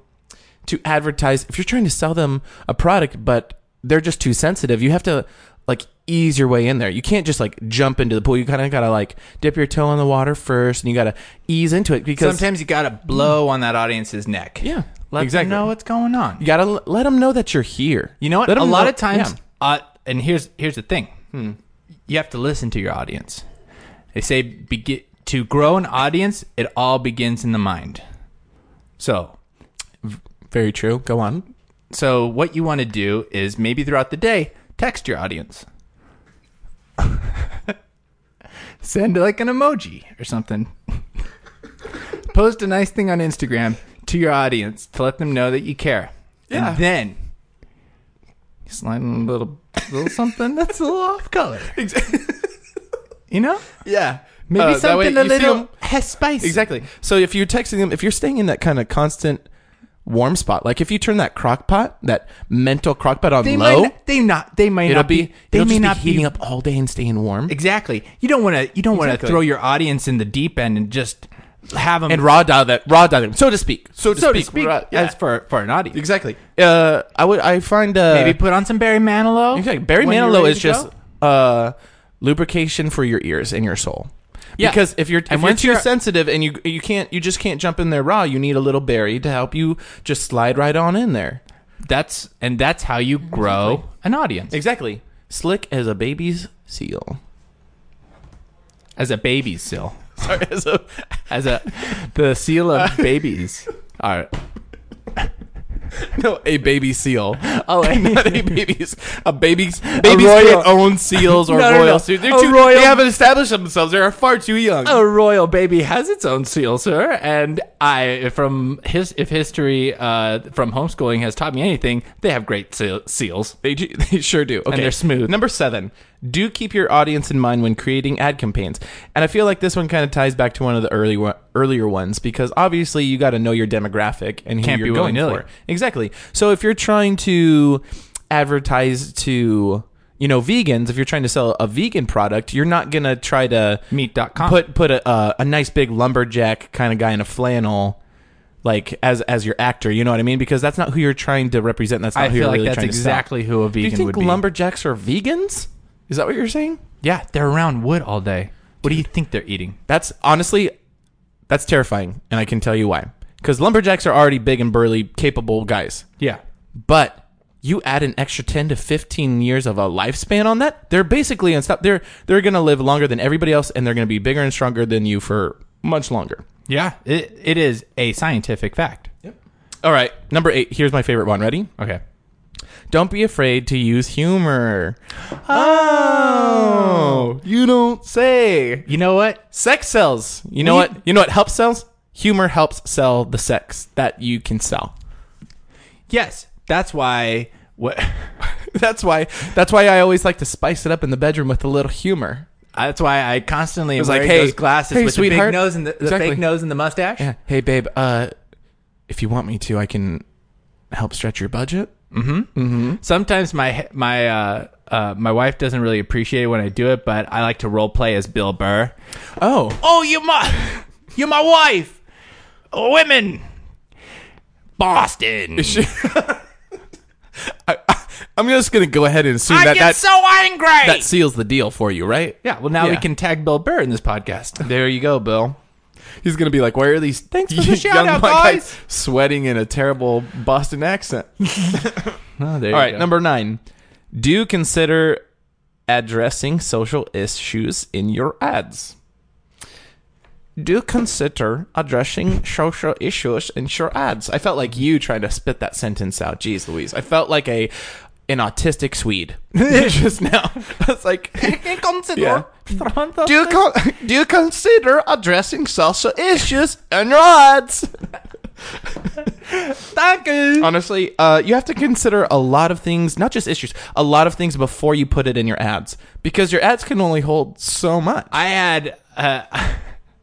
S1: to advertise, if you're trying to sell them a product, but they're just too sensitive, you have to like ease your way in there. You can't just like jump into the pool. You kind of gotta like dip your toe in the water first, and you gotta ease into it because
S2: Sometimes you gotta blow on that audience's neck.
S1: yeah,
S2: Let
S1: exactly.
S2: them know what's going on.
S1: You gotta l- let them know that you're here.
S2: You know Hmm. what?
S1: Let 'em
S2: A lot
S1: know-
S2: of times,
S1: yeah.
S2: uh, and here's here's the thing: you have to listen to your audience. They say begi- to grow an audience, it all begins in the mind. So,
S1: Very true. Go on.
S2: so what you want to do is maybe throughout the day, text your audience, send like an emoji or something, post a nice thing on Instagram to your audience to let them know that you care,
S1: Yeah.
S2: and then. Slide in a little, little something that's a little off color. You know,
S1: yeah.
S2: maybe
S1: Uh, that way
S2: something a
S1: you see
S2: little
S1: 'em-
S2: has spice.
S1: Exactly. So if you're texting them, if you're staying in that kind of constant warm spot, like if you turn that crock pot, that mental crock pot on
S2: They
S1: low,
S2: might not, they not they might
S1: it'll
S2: not
S1: be,
S2: be, they
S1: it'll
S2: may
S1: just
S2: not
S1: be
S2: be,
S1: heating up all day and staying warm.
S2: exactly. You don't want to you don't want to
S1: Exactly.
S2: throw your audience in the deep end and just have them
S1: And raw dog that raw dog them, so to speak. So to
S2: so
S1: speak.
S2: to speak
S1: raw- yeah.
S2: as for for an audience.
S1: Exactly. Uh, I would I find uh
S2: Maybe put on some Barry Manilow.
S1: Exactly. Barry
S2: when you're
S1: Manilow
S2: ready
S1: is
S2: to
S1: just
S2: go.
S1: uh, lubrication for your ears and your soul.
S2: Yeah.
S1: Because if you're if
S2: And
S1: you're
S2: once
S1: too
S2: you're-
S1: sensitive and you you can't you just can't jump in there raw, you need a little berry to help you just slide right on in there.
S2: that's and that's how you grow an audience
S1: Exactly. Slick as a baby's seal.
S2: as a baby seal,
S1: Sorry, as a
S2: as a the seal of babies. All right.
S1: no, a baby seal.
S2: Oh, wait.
S1: not a baby's a baby's babies
S2: royal-
S1: can't own seals or
S2: No, no, no.
S1: royal seals. They're
S2: A
S1: too,
S2: royal-
S1: They haven't established themselves. They are far too young.
S2: a royal baby has its own seal, sir. And I, from his, if history uh, from homeschooling has taught me anything, they have great seal, seals.
S1: They, do, they sure do. Okay.
S2: they're smooth.
S1: Number seven, do keep your audience in mind when creating ad campaigns. And I feel like this one kind of ties back to one of the early one, earlier ones because obviously you got to know your demographic and who
S2: Can't
S1: you're
S2: be
S1: going
S2: willy-nilly.
S1: for. Exactly. So if you're trying to advertise to you know vegans, if you're trying to sell a vegan product, you're not gonna try to
S2: Meat.com.
S1: put put a uh, a nice big lumberjack kind of guy in a flannel. Like as as your actor, you know what I mean, because that's not who you're trying to represent. That's not
S2: I
S1: who you're
S2: feel like
S1: really
S2: that's
S1: trying to sell.
S2: exactly who a
S1: Do
S2: vegan
S1: you think
S2: would be.
S1: lumberjacks are vegans? Is that what you're saying?
S2: yeah, they're around wood all day. What do you think they're eating?
S1: That's honestly, that's terrifying, and I can tell you why. Because lumberjacks are already big and burly, capable guys.
S2: Yeah.
S1: But you add an extra ten to fifteen years of a lifespan on that, they're basically unstoppable. They're they're gonna live longer than everybody else, and they're gonna be bigger and stronger than you for much longer.
S2: Yeah. It, it is a scientific fact.
S1: All right, number eight. Here's my favorite one. Ready?
S2: Okay.
S1: Don't be afraid to use humor. Oh, you don't say.
S2: You know what?
S1: sex sells. You know
S2: We-
S1: what? You know what helps sells? Humor helps sell the sex that you can sell.
S2: Yes. That's why. What?
S1: That's why. That's why I always like to spice it up in the bedroom with a little humor.
S2: That's why I constantly am
S1: was like,
S2: wearing
S1: hey,
S2: those glasses
S1: hey,
S2: with
S1: sweetheart.
S2: the big nose and the, the
S1: Exactly.
S2: fake nose and the mustache.
S1: Yeah. Hey, babe. Uh, if you want me to, I can help stretch your budget.
S2: sometimes my my uh, uh, my wife doesn't really appreciate it when I do it, but I like to role play as Bill Burr.
S1: Oh,
S2: Oh, you my you my wife, women, Boston.
S1: I, am just gonna go ahead and assume that that,
S2: so angry.
S1: that seals the deal for you, right?
S2: yeah, well now we
S1: Yeah.
S2: can tag Bill Burr in this podcast.
S1: There you go, Bill. He's gonna be like, "Where are these thanks
S2: for the shout-out, guys."
S1: sweating in a terrible Boston accent?"
S2: Oh, there
S1: All right, number nine. Do consider addressing social issues in your ads. Do consider addressing social issues in your ads. I felt like you trying to spit that sentence out. Jeez Louise. I felt like a an autistic Swede just now. I was like
S2: Consider.
S1: Yeah. do you con- do you consider addressing social issues in your ads?
S2: Thank you.
S1: Honestly, uh, you have to consider a lot of things, not just issues, a lot of things before you put it in your ads because your ads can only hold so much.
S2: I had uh,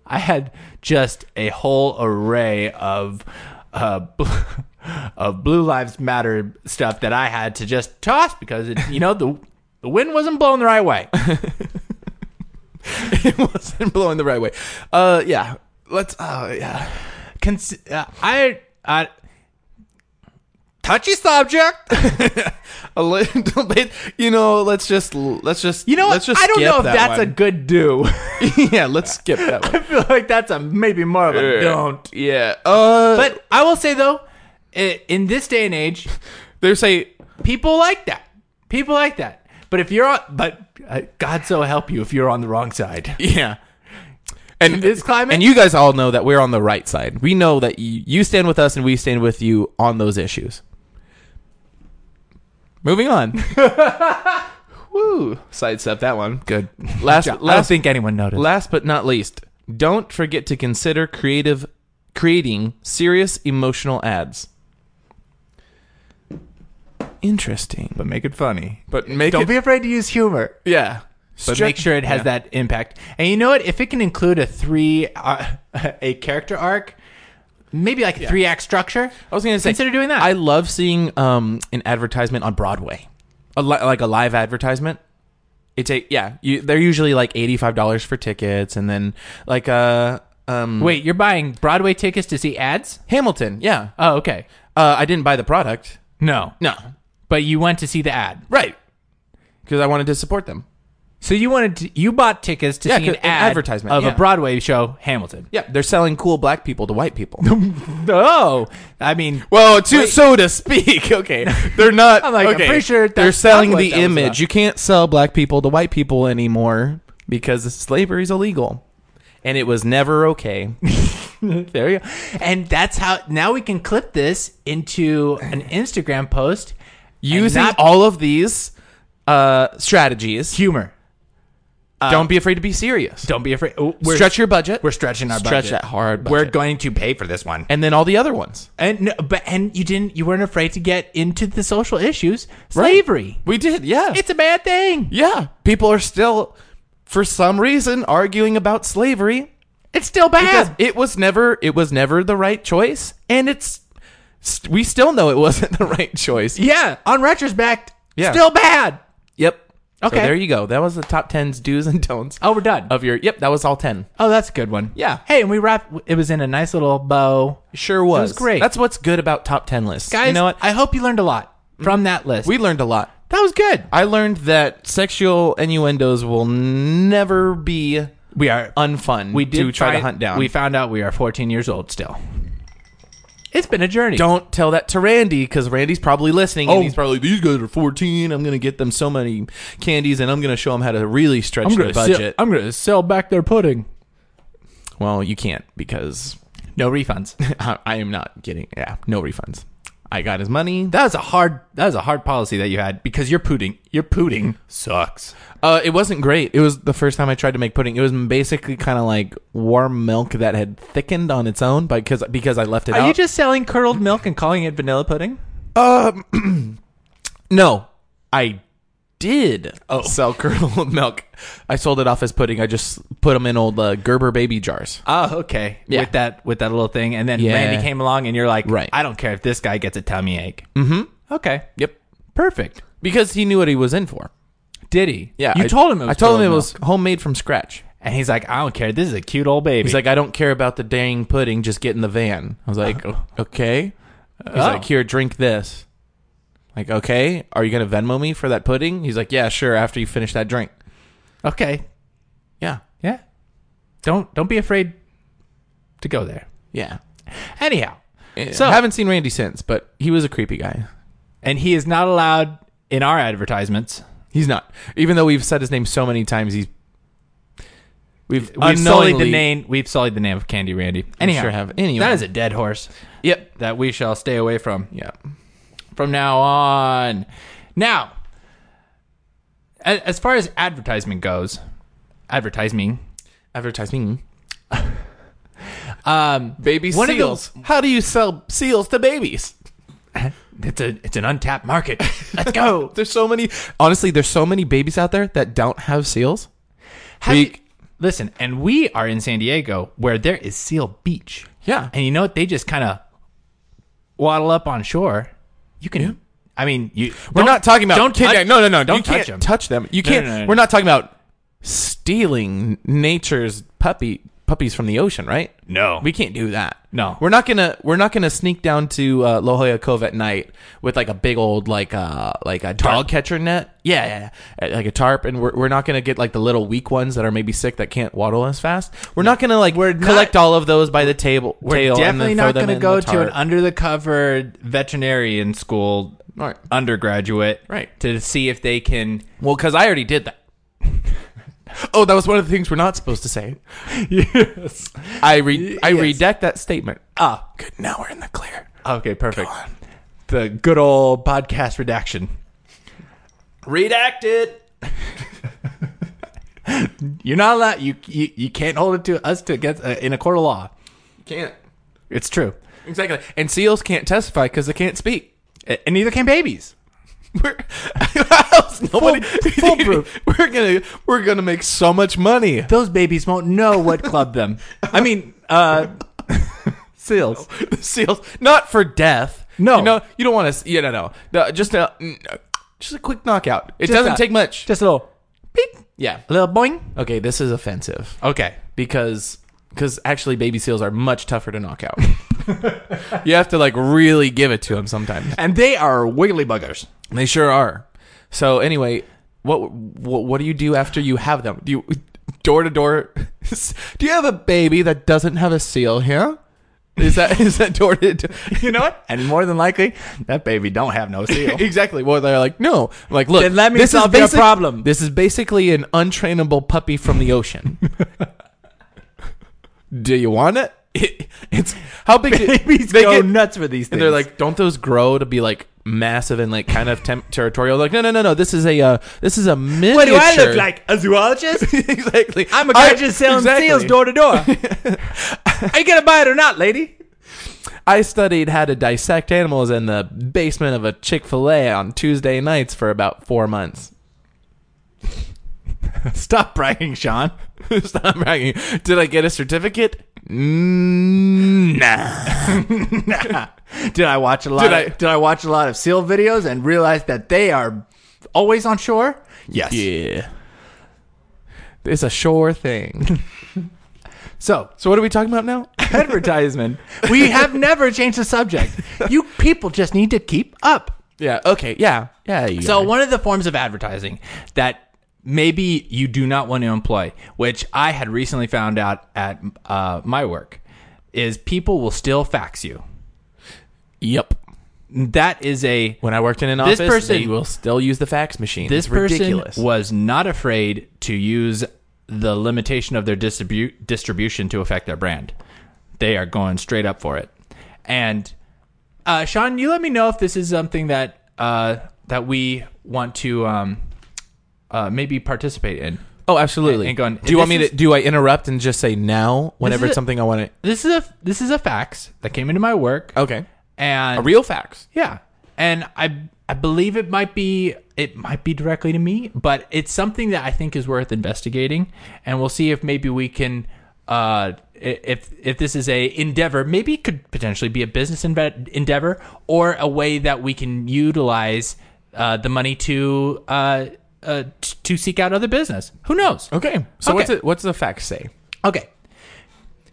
S2: I had just a whole array of uh, bl- of Blue Lives Matter stuff that I had to just toss because it, you know the the wind wasn't blowing the right way.
S1: it wasn't blowing the right way. Uh, yeah. Let's. Uh, yeah.
S2: Cons- uh, I I touchy subject.
S1: A little bit. You know. Let's just. Let's just.
S2: You know
S1: Let's
S2: what?
S1: just
S2: I don't
S1: skip
S2: know if
S1: that
S2: that's a good do.
S1: one. yeah. Let's skip that
S2: I
S1: one.
S2: feel like that's a maybe more of a don't.
S1: Yeah. Uh.
S2: But I will say though, i- in this day and age,
S1: there's a.
S2: people like that. People like that. But if you're on, but uh, God so help you if you're on the wrong side.
S1: Yeah. And
S2: In this climate?
S1: and you guys all know that we're on the right side. We know that you, you stand with us and we stand with you on those issues. Moving on. Woo! Sidestep that one. Good. Last,
S2: I don't
S1: last,
S2: think anyone noticed.
S1: last but not least, don't forget to consider creative, creating serious emotional ads. Interesting,
S2: but make it funny.
S1: but make
S2: Don't
S1: it
S2: be afraid to use humor.
S1: yeah.
S2: But make sure it has that impact. And you know what? If it can include a three, uh, a character arc, maybe like a three act structure.
S1: I was gonna say
S2: Consider doing that.
S1: I love seeing um, an advertisement on Broadway, a li- like a live advertisement. It's a yeah. You, they're usually like eighty five dollars for tickets, and then like uh um
S2: Wait, you're buying Broadway tickets to see ads?
S1: Hamilton. Yeah,
S2: Oh, okay.
S1: uh, I didn't buy the product.
S2: No,
S1: No,
S2: but you went to see the ad.
S1: right? Because I wanted to support them.
S2: So you wanted to, you bought tickets to
S1: Yeah,
S2: see an,
S1: 'cause- an
S2: ad
S1: advertisement,
S2: of
S1: yeah.
S2: a Broadway show, Hamilton.
S1: Yeah, they're selling cool black people to white people.
S2: No, I mean,
S1: well, to so to speak. Okay, they're not.
S2: I'm like, I'm
S1: okay.
S2: pretty sure
S1: they're
S2: that's
S1: selling
S2: not what
S1: the
S2: that was
S1: image.
S2: about.
S1: You can't sell black people to white people anymore because slavery is illegal, and it was never okay.
S2: there you go. And that's how now we can clip this into an Instagram post
S1: Using
S2: not-
S1: all of these uh, strategies,
S2: humor.
S1: don't be afraid to be serious.
S2: Uh, Don't be afraid. oh, We're,
S1: Stretch your budget.
S2: we're stretching our
S1: stretch
S2: budget.
S1: that hard. Budget.
S2: We're going to pay for this one.
S1: and then all the other ones.
S2: And no, but and you didn't you weren't afraid to get into the social issues. Slavery.
S1: We did, yeah,
S2: It's a bad thing.
S1: yeah. People are still, for some reason, arguing about slavery
S2: It's still
S1: because
S2: bad.
S1: it was never it was never the right choice and it's st- we still know it wasn't the right choice
S2: yeah, on retrospect,
S1: Yeah.
S2: still bad.
S1: yep
S2: Okay.
S1: so there you go that was the top 10s do's and don'ts
S2: Oh, we're done.
S1: of your yep that was all 10
S2: oh, that's a good one.
S1: Yeah.
S2: Hey, and we wrap. It was in a nice little bow.
S1: sure was.
S2: was great.
S1: that's what's good about top 10 lists
S2: Guys,
S1: you know what
S2: I hope you learned a lot from that list.
S1: Mm-hmm. we learned a lot
S2: that was good.
S1: i learned that sexual innuendos will never be
S2: We are
S1: unfun
S2: we did
S1: to try to
S2: find-
S1: hunt down
S2: We found out we are 14 years old still. It's been a journey.
S1: don't tell that to Randy because Randy's probably listening
S2: Oh.
S1: and he's probably these guys are 14. I'm gonna get them so many candies and I'm gonna show them how to really stretch their budget.
S2: I'm going to sell back their pudding.
S1: Well, you can't because
S2: No refunds.
S1: I, I am not getting. Yeah, no refunds. I got his money.
S2: that was a hard. That was a hard policy that you had because your pudding. Your pudding sucks.
S1: Uh, it wasn't great. It was the first time I tried to make pudding. It was basically kind of like warm milk that had thickened on its own because because I left it
S2: Are
S1: out.
S2: you just selling curdled milk and calling it vanilla pudding?
S1: no, I did
S2: Oh.
S1: sell curdled milk. I sold it off as pudding. I just put them in old uh, Gerber baby jars.
S2: Oh, okay.
S1: Yeah.
S2: With that, with that little thing, and then
S1: Yeah.
S2: Randy came along, and you're like,
S1: Right.
S2: I don't care if this guy gets a tummy ache. Mm-hmm. Okay.
S1: Yep,
S2: Perfect.
S1: because he knew what he was in for.
S2: Did he?
S1: Yeah,
S2: You
S1: I,
S2: told him. It was
S1: I told him
S2: curdled
S1: it
S2: milk.
S1: was homemade from scratch.
S2: and he's like, I don't care. This is a cute old baby.
S1: He's like, I don't care about the dang pudding. Just get in the van. I was like, "O- okay. He's like, here, drink this. Like, okay. Are you gonna Venmo me for that pudding? He's like, yeah, sure. After you finish that drink.
S2: okay,
S1: Yeah,
S2: Yeah. Don't don't be afraid to go there.
S1: yeah.
S2: Anyhow,
S1: So Eh, haven't seen Randy since, but he was a creepy guy.
S2: and he is not allowed in our advertisements.
S1: He's not. Even though we've said his name so many times, he's we've,
S2: We've sullied the
S1: unknowingly-
S2: name. We've sullied the name of Candy Randy.
S1: We
S2: Anyhow,
S1: sure have. Anyway.
S2: that is a dead horse
S1: Yep.
S2: that we shall stay away from
S1: Yeah.
S2: from now on. Now, a- as far as advertisement goes, advertising.
S1: Advertising.
S2: Um,
S1: Baby
S2: One of the-
S1: seals. How do you sell seals to babies?
S2: it's a it's an untapped market. Let's go.
S1: There's so many. Honestly, there's so many babies out there that don't have seals.
S2: How
S1: We-
S2: do you- listen, and we are in San Diego where there is Seal Beach.
S1: Yeah.
S2: And you know what? They just kind of waddle up on shore. You can. I mean, you.
S1: We're
S2: don't-
S1: not talking about
S2: Don't touch,
S1: kidnap- No, no, no.
S2: Don't
S1: you
S2: touch
S1: can't
S2: them.
S1: touch them. You
S2: No,
S1: can't.
S2: no, no, no.
S1: We're not talking about stealing nature's puppy puppies from the ocean, right?
S2: No.
S1: we can't do that.
S2: No.
S1: we're not gonna we're not gonna sneak down to uh, La Jolla Cove at night with like a big old like uh like a dog catcher net. Yeah, yeah, yeah. Uh, like a tarp, and we're we're not gonna get like the little weak ones that are maybe sick that can't waddle as fast. We're not gonna like
S2: We're not-
S1: collect all of those by the table.
S2: We're
S1: tail and
S2: definitely
S1: then throw
S2: not
S1: them
S2: going to
S1: in
S2: go
S1: the
S2: to an
S1: tarp.
S2: under the cover veterinarian school
S1: All right.
S2: undergraduate
S1: Right.
S2: to see if they can.
S1: Well, because I already did that. oh, that was one of the things we're not supposed to say.
S2: yes.
S1: I re- I
S2: yes.
S1: redact that statement.
S2: Ah.
S1: Good. Now we're in the clear.
S2: Okay. Perfect. The good old podcast redaction.
S1: Redact it.
S2: You're not allowed. You you, you can't hold it to us to against uh, in a court of law.
S1: Can't.
S2: It's true,
S1: Exactly. And seals can't testify because they can't speak.
S2: A- and neither can babies.
S1: We're, How's nobody,
S2: foolproof.
S1: We're gonna we're gonna make so much money.
S2: Those babies won't know what clubbed them. I mean, uh, seals.
S1: seals, not for death.
S2: No.
S1: you know you don't want to. Yeah, no, no, no. Just a just a quick knockout. It doesn't
S2: a-
S1: take much.
S2: Just a little beep,
S1: yeah.
S2: a little boing.
S1: Okay, this is offensive.
S2: Okay.
S1: because because actually baby seals are much tougher to knock out. you have to like really give it to them sometimes.
S2: And they are wiggly buggers.
S1: They sure are. So anyway, what what, what do you do after you have them? Do you door to door? Do you have a baby that doesn't have a seal here? Is that is that door to door?
S2: You know what? And more than likely, that baby don't have no seal.
S1: Exactly. Well, they're like, no. I'm like, look,
S2: Then let me
S1: this is
S2: solve your
S1: basic-
S2: problem.
S1: This is basically an untrainable puppy from the ocean. Do you want it? It- It's how big do-
S2: Babies
S1: they
S2: go
S1: get-
S2: nuts for these things.
S1: And they're like, don't those grow to be like massive and like kind of temp- territorial? Like, no, no, no, no. This is a uh, this is a miniature.
S2: what do I look like? A zoologist?
S1: exactly.
S2: I'm a
S1: I-
S2: guy just selling
S1: exactly.
S2: seals door to door. Are you gonna buy it or not, lady?
S1: I studied how to dissect animals in the basement of a Chick Fil A on Tuesday nights for about four months.
S2: Stop bragging, Sean.
S1: Stop bragging. Did I get a certificate? Mm, Nah.
S2: Did I watch a lot?
S1: Did
S2: of,
S1: I-
S2: did I watch a lot of seal videos and realize that they are always on shore? Yes.
S1: Yeah. It's a sure thing.
S2: So
S1: so what are we talking about now?
S2: advertisement. we have never changed the subject. You people just need to keep up.
S1: Yeah. Okay. Yeah. Yeah. you
S2: So
S1: are.
S2: one of the forms of advertising that maybe you do not want to employ, which I had recently found out at uh, my work, is people will still fax you.
S1: Yep.
S2: That is a
S1: When I worked in an
S2: This
S1: office,
S2: person-
S1: they will still use the fax machine.
S2: this
S1: it's
S2: person
S1: ridiculous.
S2: was not afraid to use the limitation of their distribu- distribution to affect their brand. They are going straight up for it. And uh, Sean, you let me know if this is something that uh, that we want to um, uh, maybe participate in.
S1: oh, absolutely.
S2: and going,
S1: do you want
S2: this
S1: me
S2: is-
S1: to? Do I interrupt and just say now whenever
S2: is
S1: it's
S2: a-
S1: something I want
S2: This is a this is a fax that came into my work.
S1: to? Okay.
S2: and
S1: Oh, A real fax.
S2: Yeah, and I I believe it might be it might be directly to me, but it's something that I think is worth investigating, and we'll see if maybe we can. Uh, i- if if this is a endeavor, maybe it could potentially be a business inve- endeavor or a way that we can utilize uh, the money to uh, uh, t- to seek out other business. Who knows?
S1: Okay. So what's
S2: Okay.
S1: it? What's the fax say?
S2: Okay.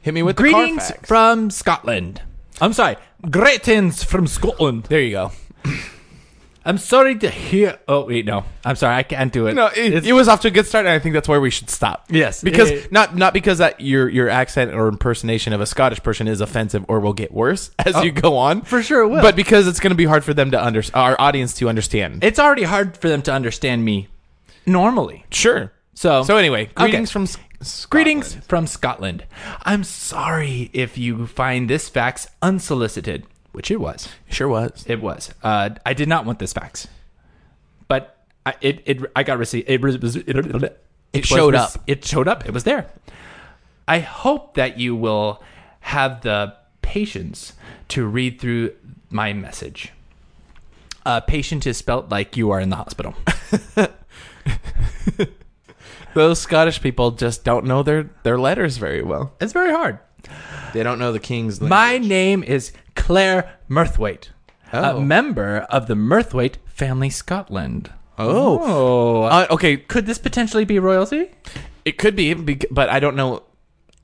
S1: Hit me with the car
S2: Greetings
S1: fax.
S2: from Scotland. I'm sorry. Greetings from Scotland.
S1: there you go.
S2: I'm sorry to hear. Oh wait, no. I'm sorry. I can't do it.
S1: No, it, it was off to a good start, and I think that's where we should stop.
S2: Yes.
S1: because
S2: Yeah, yeah.
S1: not not because that your your accent or impersonation of a Scottish person is offensive or will get worse as you go on.
S2: for sure it will.
S1: But because it's going to be hard for them to under our audience to understand.
S2: it's already hard for them to understand me normally.
S1: Sure.
S2: So
S1: So anyway,
S2: Okay.
S1: greetings from S- Scotland.
S2: Greetings from Scotland. I'm sorry if you find this fax unsolicited, which it was.
S1: Sure was.
S2: It was. Uh, I did not want this fax, but I, it, it I got received. It, was- it, it, it, was
S1: showed
S2: rec-
S1: up.
S2: It showed up. It was there. I hope that you will have the patience to read through my message. Uh, patient is spelt like you are in the hospital.
S1: Those Scottish people just don't know their their letters very well.
S2: it's very hard.
S1: They don't know the king's language.
S2: My name is Claire Murthwaite,
S1: Oh.
S2: a member of the Murthwaite family Scotland.
S1: Oh.
S2: Oh.
S1: Uh, okay,
S2: could this potentially be royalty?
S1: it could be, bec- but I don't know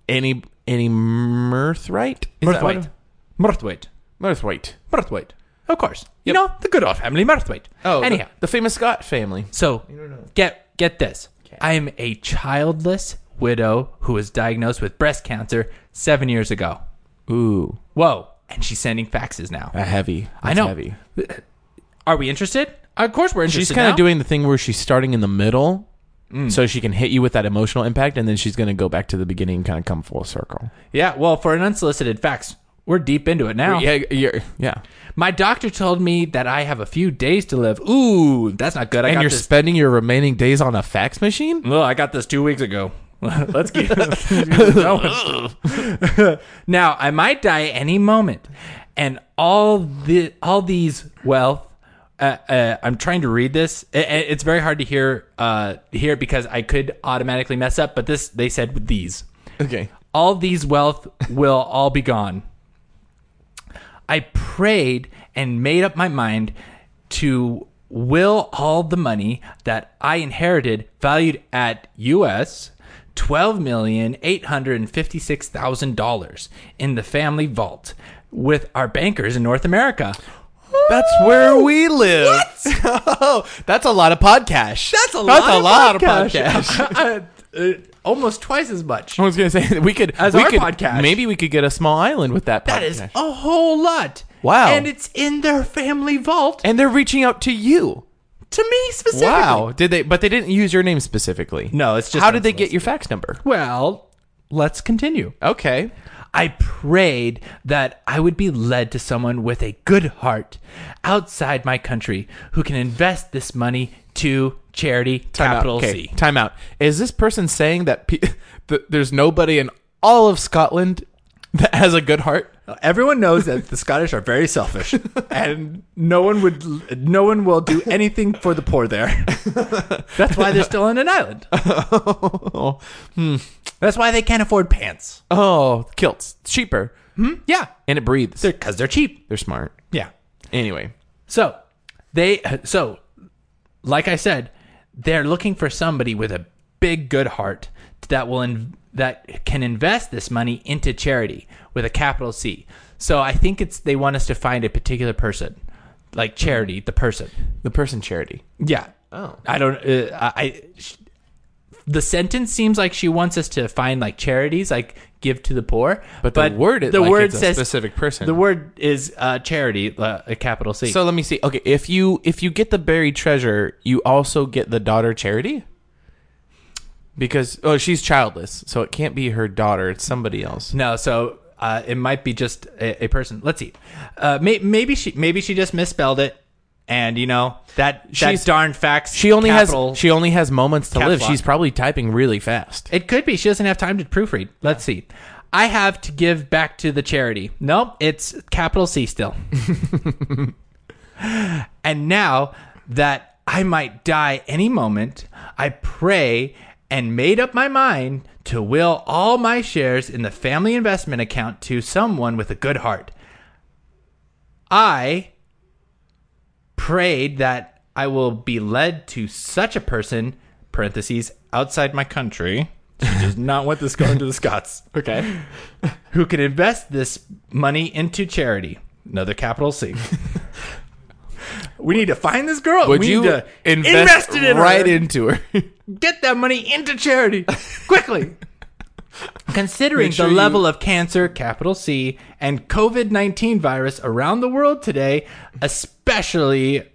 S1: any any Mirthwright. Is that what-
S2: Murthwaite. Murthwaite.
S1: Mirthwright.
S2: Murthwaite. Of course.
S1: Yep.
S2: You know, the good old family Murthwaite.
S1: Oh,
S2: anyhow.
S1: the, the famous Scott family.
S2: So, get get this. I am a childless widow who was diagnosed with breast cancer 7 years ago.
S1: Ooh,
S2: Whoa. And she's sending faxes now.
S1: a heavy.
S2: I
S1: That's
S2: know. Uh,
S1: Heavy.
S2: Are we interested? Of course we're interested.
S1: She's kind
S2: now.
S1: of doing the thing where she's starting in the middle. So she can hit you with that emotional impact, and then she's going to go back to the beginning and kind of come full circle.
S2: Yeah, well, for an unsolicited fax, we're deep into it now.
S1: Yeah, you're, yeah.
S2: My doctor told me that I have a few days to live. Ooh, that's not good. I
S1: And
S2: got
S1: you're
S2: this.
S1: spending your remaining days on a fax machine.
S2: Well, I got this two weeks ago. Let's get going. now. I might die any moment, and all the all these wealth. Uh, uh, I'm trying to read this. I- I- it's very hard to hear uh, hear because I could automatically mess up. But this they said with these.
S1: Okay.
S2: all these wealth will all be gone. I prayed and made up my mind to will all the money that I inherited, valued at US twelve million eight hundred and fifty six thousand dollars in the family vault with our bankers in North America.
S1: That's where we live. oh, that's a lot of podcasts. That's a
S2: lot of podcasts. Uh, almost twice as much.
S1: I was gonna say we could
S2: As
S1: we
S2: our
S1: could-
S2: podcast.
S1: Maybe we could get a small island with that.
S2: That
S1: podcast.
S2: is a whole lot.
S1: Wow.
S2: And it's in their family vault
S1: and they're reaching out to you.
S2: to me specifically.
S1: Wow. Did they? But they didn't use your name specifically.
S2: No, it's just
S1: How did they get your fax number?
S2: Well, let's continue.
S1: Okay.
S2: I prayed that I would be led to someone with a good heart outside my country who can invest this money to charity
S1: Time out.
S2: capital
S1: okay.
S2: C.
S1: Time out. Is this person saying that pe- th- there's nobody in all of Scotland that has a good heart?
S2: Everyone knows that the Scottish are very selfish and no one would no one will do anything for the poor there. That's why they're still on an island. That's why they can't afford pants.
S1: Oh, kilts. It's cheaper,
S2: Yeah,
S1: and it breathes. They're,
S2: cuz they're cheap.
S1: smart.
S2: Yeah.
S1: Anyway,
S2: So they so like I said, they're looking for somebody with a big good heart that will in, that can invest this money into charity with a capital C. So I think it's they want us to find a particular person, like charity, the person.
S1: the person charity.
S2: Yeah.
S1: Oh.
S2: I don't. Uh, I. I sh- the sentence seems like she wants us to find like charities, like give to the poor.
S1: But the word is
S2: the
S1: like
S2: word
S1: it's a
S2: says
S1: specific person.
S2: The word is uh, charity, uh, a capital C.
S1: So let me see. Okay, if you if you get the buried treasure, you also get the daughter charity. Because oh, she's childless, so it can't be her daughter. It's somebody else.
S2: No, so uh, it might be just a, a person. Let's see. Uh, may, maybe she maybe she just misspelled it, and you know that
S1: She's-
S2: that darn fax.
S1: She only
S2: capital-
S1: has she only has moments to
S2: Caps
S1: live.
S2: lock.
S1: She's probably typing really fast.
S2: it could be she doesn't have time to proofread. Let's see. I have to give back to the charity. Nope, it's capital C still. and now that I might die any moment, I pray and made up my mind to will all my shares in the family investment account to someone with a good heart. I prayed that I will be led to such a person, parentheses, outside my country. She does not want this going to the Scots.
S1: Okay.
S2: Who can invest this money into charity. Another capital C. we need to find this girl.
S1: Would
S2: we
S1: you
S2: need to
S1: invest,
S2: it in
S1: right
S2: her.
S1: into her?
S2: Get that money into charity quickly. Considering
S1: Make sure
S2: the
S1: you-
S2: level of cancer, capital C, and COVID 19 virus around the world today, especially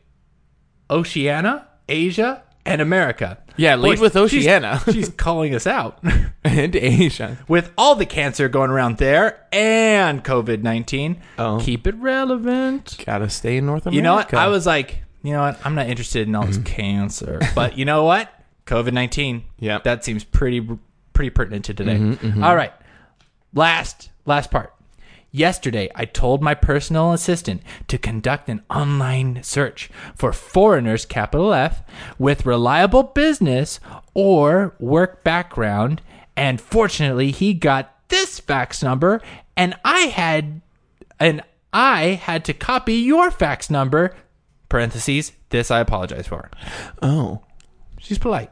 S2: Oceania, Asia, and America,
S1: Yeah, lead with
S2: she's-
S1: Oceania.
S2: she's calling us out.
S1: and Asia.
S2: with all the cancer going around there and COVID 19,
S1: Oh.
S2: keep it relevant.
S1: Gotta stay in North America.
S2: You know what? I was like, you know what? I'm not interested in all this cancer. But you know what? COVID 19.
S1: Yep. Mm-hmm,
S2: That seems pretty pretty pertinent to today. All right. Last last part. Yesterday, I told my personal assistant to conduct an online search for foreigners, capital F, with reliable business or work background. And fortunately, he got this fax number, and I had, and I had to copy your fax number. Parentheses. This I apologize for.
S1: Oh.
S2: She's polite.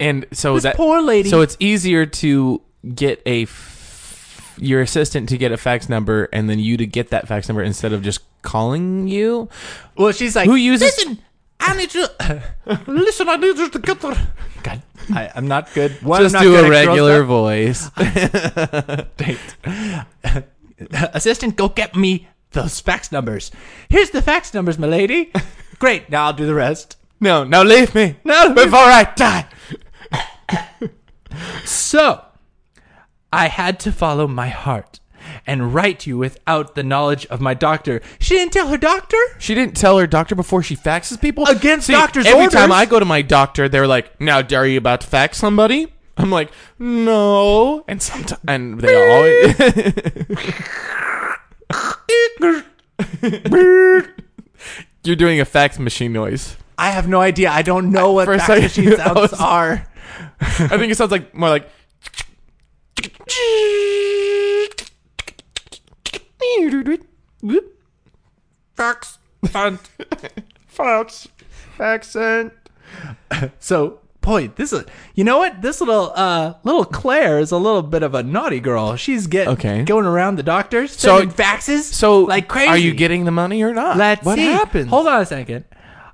S1: And so
S2: This
S1: that
S2: poor lady.
S1: So it's easier to get a f- your assistant to get a fax number and then you to get that fax number instead of just calling you.
S2: Well, she's like,
S1: Who uses-
S2: Listen, I need you. listen, I need you to get the. God, I, I'm not good. One,
S1: just
S2: I'm not
S1: do
S2: good
S1: a
S2: at
S1: regular
S2: girls'
S1: voice.
S2: night. assistant. Go get me those fax numbers. Here's the fax numbers, my lady. Great. Now I'll do the rest.
S1: no, now leave me.
S2: No,
S1: Before I die.
S2: So, I had to follow my heart and write you without the knowledge of my doctor. She didn't tell her doctor.
S1: She didn't tell her doctor before she faxes people
S2: Against doctor's
S1: Every time
S2: orders.
S1: I go to my doctor, they're like, "Now, are you about to fax somebody?" I'm like, "No," and sometimes and they always. You're doing a fax machine noise.
S2: I have no idea. I don't know what
S1: For a
S2: fax
S1: second,
S2: machine
S1: I
S2: sounds
S1: was-
S2: are.
S1: I think it sounds like more like.
S2: Fax. Fax. Fax.
S1: Accent.
S2: So, boy, this is you know what this little uh little Claire is a little bit of a naughty girl. She's getting
S1: Okay.
S2: going around the doctors,
S1: So-
S2: sending faxes,
S1: So,
S2: like crazy.
S1: are you getting the money or not?
S2: Let's
S1: what
S2: see.
S1: happens?
S2: Hold on a second.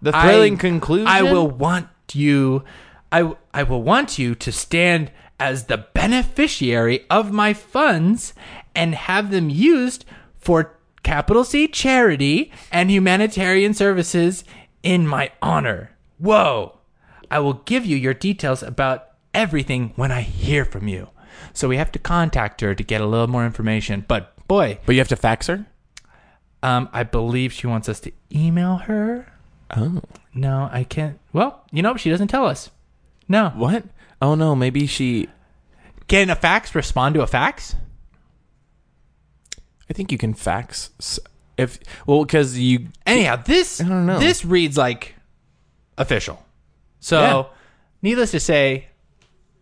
S1: The thrilling
S2: I-
S1: conclusion.
S2: I will want you. I I will want you to stand as the beneficiary of my funds and have them used for capital C charity and humanitarian services in my honor. Whoa! I will give you your details about everything when I hear from you. So we have to contact her to get a little more information. But boy,
S1: But you have to fax her.
S2: um, I believe she wants us to email her.
S1: Oh.
S2: No, I can't. Well, you know, she doesn't tell us. No.
S1: What? Oh no, maybe she.
S2: Can a fax respond to a fax?
S1: I think you can fax s- if well because you.
S2: Anyhow, this I
S1: don't know.
S2: this reads like official. So,
S1: Yeah.
S2: needless to say,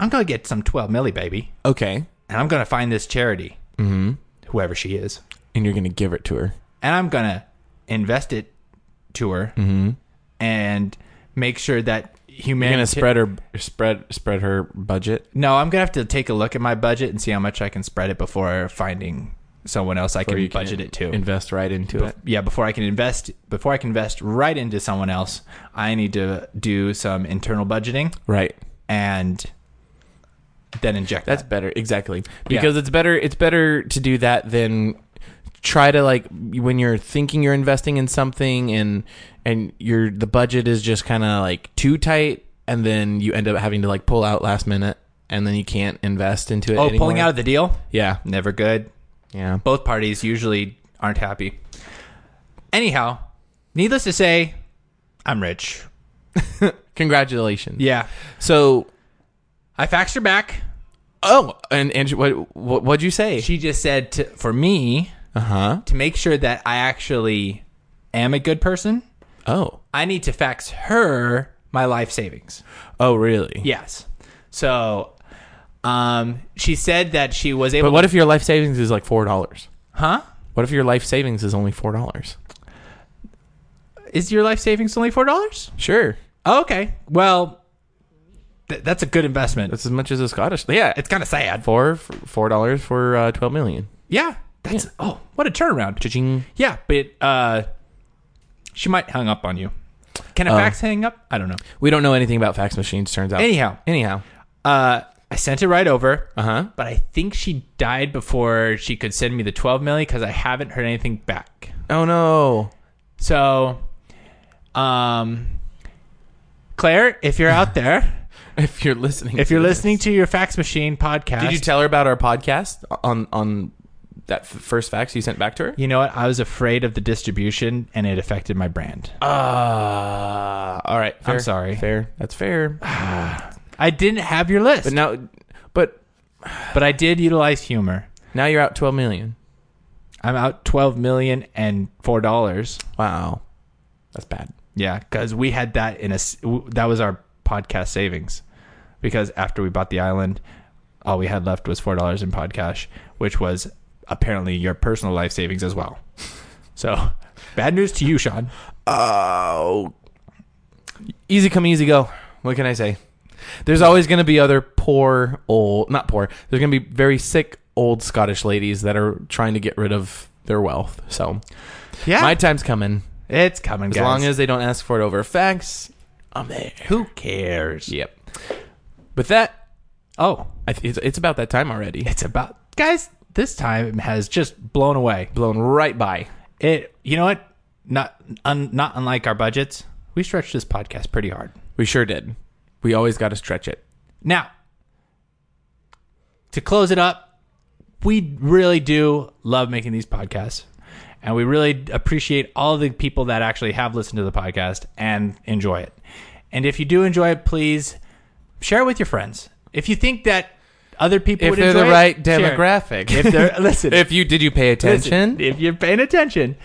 S2: I'm gonna get some 12 milli, baby,
S1: Okay,
S2: and I'm gonna find this charity, mm-hmm. whoever she is,
S1: and you're gonna give it to her.
S2: and I'm gonna invest it to her, and make sure that
S1: You're gonna
S2: humanity.
S1: spread her spread spread her budget.
S2: No, I'm gonna have to take a look at my budget and see how much I can spread it before finding someone else I
S1: Or
S2: can
S1: you can
S2: budget it to.
S1: Invest right into it.
S2: yeah, before I can invest, before I can invest right into someone else, I need to do some internal budgeting
S1: Right.
S2: and then inject
S1: That's
S2: that.
S1: better. Exactly. Because it's better it's better to do that than try to like when you're thinking you're investing in something and and your the budget is just kind of like too tight and then you end up having to like pull out last minute and then you can't invest into it
S2: Oh,
S1: anymore.
S2: pulling out of the deal,
S1: Yeah.
S2: never good.
S1: Yeah.
S2: Both parties usually aren't happy. Anyhow, needless to say, I'm rich.
S1: Congratulations.
S2: Yeah,
S1: So,
S2: I faxed her back.
S1: oh, and and what what what'd you say?
S2: She just said to, for me
S1: Uh-huh.
S2: to make sure that I actually am a good person,
S1: Oh.
S2: I need to fax her my life savings.
S1: Oh, really?
S2: Yes. So um she said that she was able
S1: But what if your life savings is like $4?
S2: Huh?
S1: What if your life savings is only $4?
S2: Is your life savings only four dollars? Oh,
S1: Sure.
S2: okay. Well th- that's a good investment.
S1: That's as much as a Scottish. Yeah,
S2: It's kinda sad.
S1: four four dollars for uh, twelve million.
S2: Yeah. That's oh, what a turnaround.
S1: Cha-ching.
S2: Yeah, but uh she might hang up on you. Can a
S1: Oh.
S2: fax hang up? I don't know.
S1: We don't know anything about fax machines. Turns out.
S2: Anyhow,
S1: Anyhow.
S2: uh I sent it right over.
S1: Uh huh.
S2: but I think she died before she could send me the 12 milli because I haven't heard anything back.
S1: Oh no.
S2: So, um, Claire, if you're out there,
S1: if you're listening,
S2: If
S1: to
S2: you're
S1: this.
S2: listening to your fax machine podcast,
S1: did you tell her about our podcast on on that f- first fax you sent back to her?
S2: you know what? I was afraid of the distribution and it affected my brand.
S1: Ah, all right.
S2: I'm
S1: fair.
S2: sorry.
S1: Fair. That's fair.
S2: I didn't have your list,
S1: But
S2: but,
S1: now, but
S2: I did utilize humor.
S1: now you're out twelve million.
S2: I'm out 12 million and $4.
S1: Wow, that's bad.
S2: Yeah, because we had that in a s- w- that was our podcast savings, because after we bought the island, all we had left was four dollars in podcast, which was apparently your personal life savings as well. So, bad news to you, Sean.
S1: Oh, easy come, easy go. What can I say? There's always going to be other poor old, not poor. There's going to be very sick old Scottish ladies that are trying to get rid of their wealth. So
S2: Yeah,
S1: my time's coming.
S2: it's coming.
S1: As
S2: guys.
S1: long as they don't ask for it over fax, I'm there.
S2: who cares?
S1: Yep. With that,
S2: Oh,
S1: I th- it's, it's about that time already.
S2: it's about guys. This time has just blown away.
S1: Blown right by.
S2: It. You know what? Not un, not unlike our budgets, we stretched this podcast pretty hard.
S1: We sure did. We always got to stretch it.
S2: Now, to close it up, we really do love making these podcasts. And we really appreciate all the people that actually have listened to the podcast and enjoy it. And if you do enjoy it, please share it with your friends. If you think that other people
S1: If
S2: would
S1: they're
S2: enjoy
S1: the
S2: it,
S1: right
S2: share it.
S1: demographic.
S2: if they're listen,
S1: If you did, you pay
S2: listen,
S1: attention.
S2: if you're paying attention,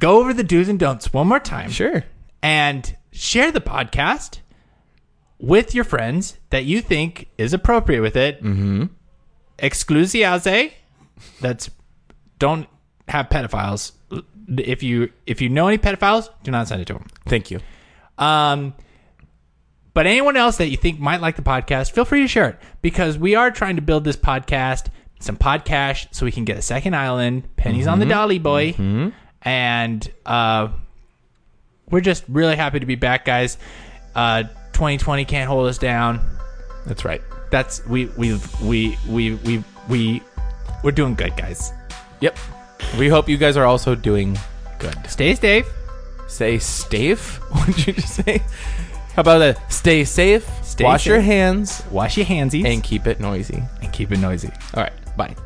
S2: go over the do's and don'ts one more time
S1: Sure.
S2: and share the podcast with your friends that you think is appropriate with it. Mm-hmm. Exclusiaze. That's don't have pedophiles. If you if you know any pedophiles, do not send it to them.
S1: Thank you.
S2: Um, but anyone else that you think might like the podcast, feel free to share it because we are trying to build this podcast, some podcast, so we can get a second island, pennies on
S1: Mm-hmm.
S2: the dolly, boy, and uh, we're just really happy to be back, guys. Uh, 2020 can't hold us down.
S1: That's right.
S2: That's we we we we we we we're doing good, guys.
S1: Yep. We hope you guys are also doing good.
S2: Stay safe,
S1: Say safe. What did you just say? How about that? Stay safe.
S2: Stay
S1: wash your
S2: safe.
S1: hands
S2: wash your handsies,
S1: and keep it noisy.
S2: and keep it noisy.
S1: All right. Bye.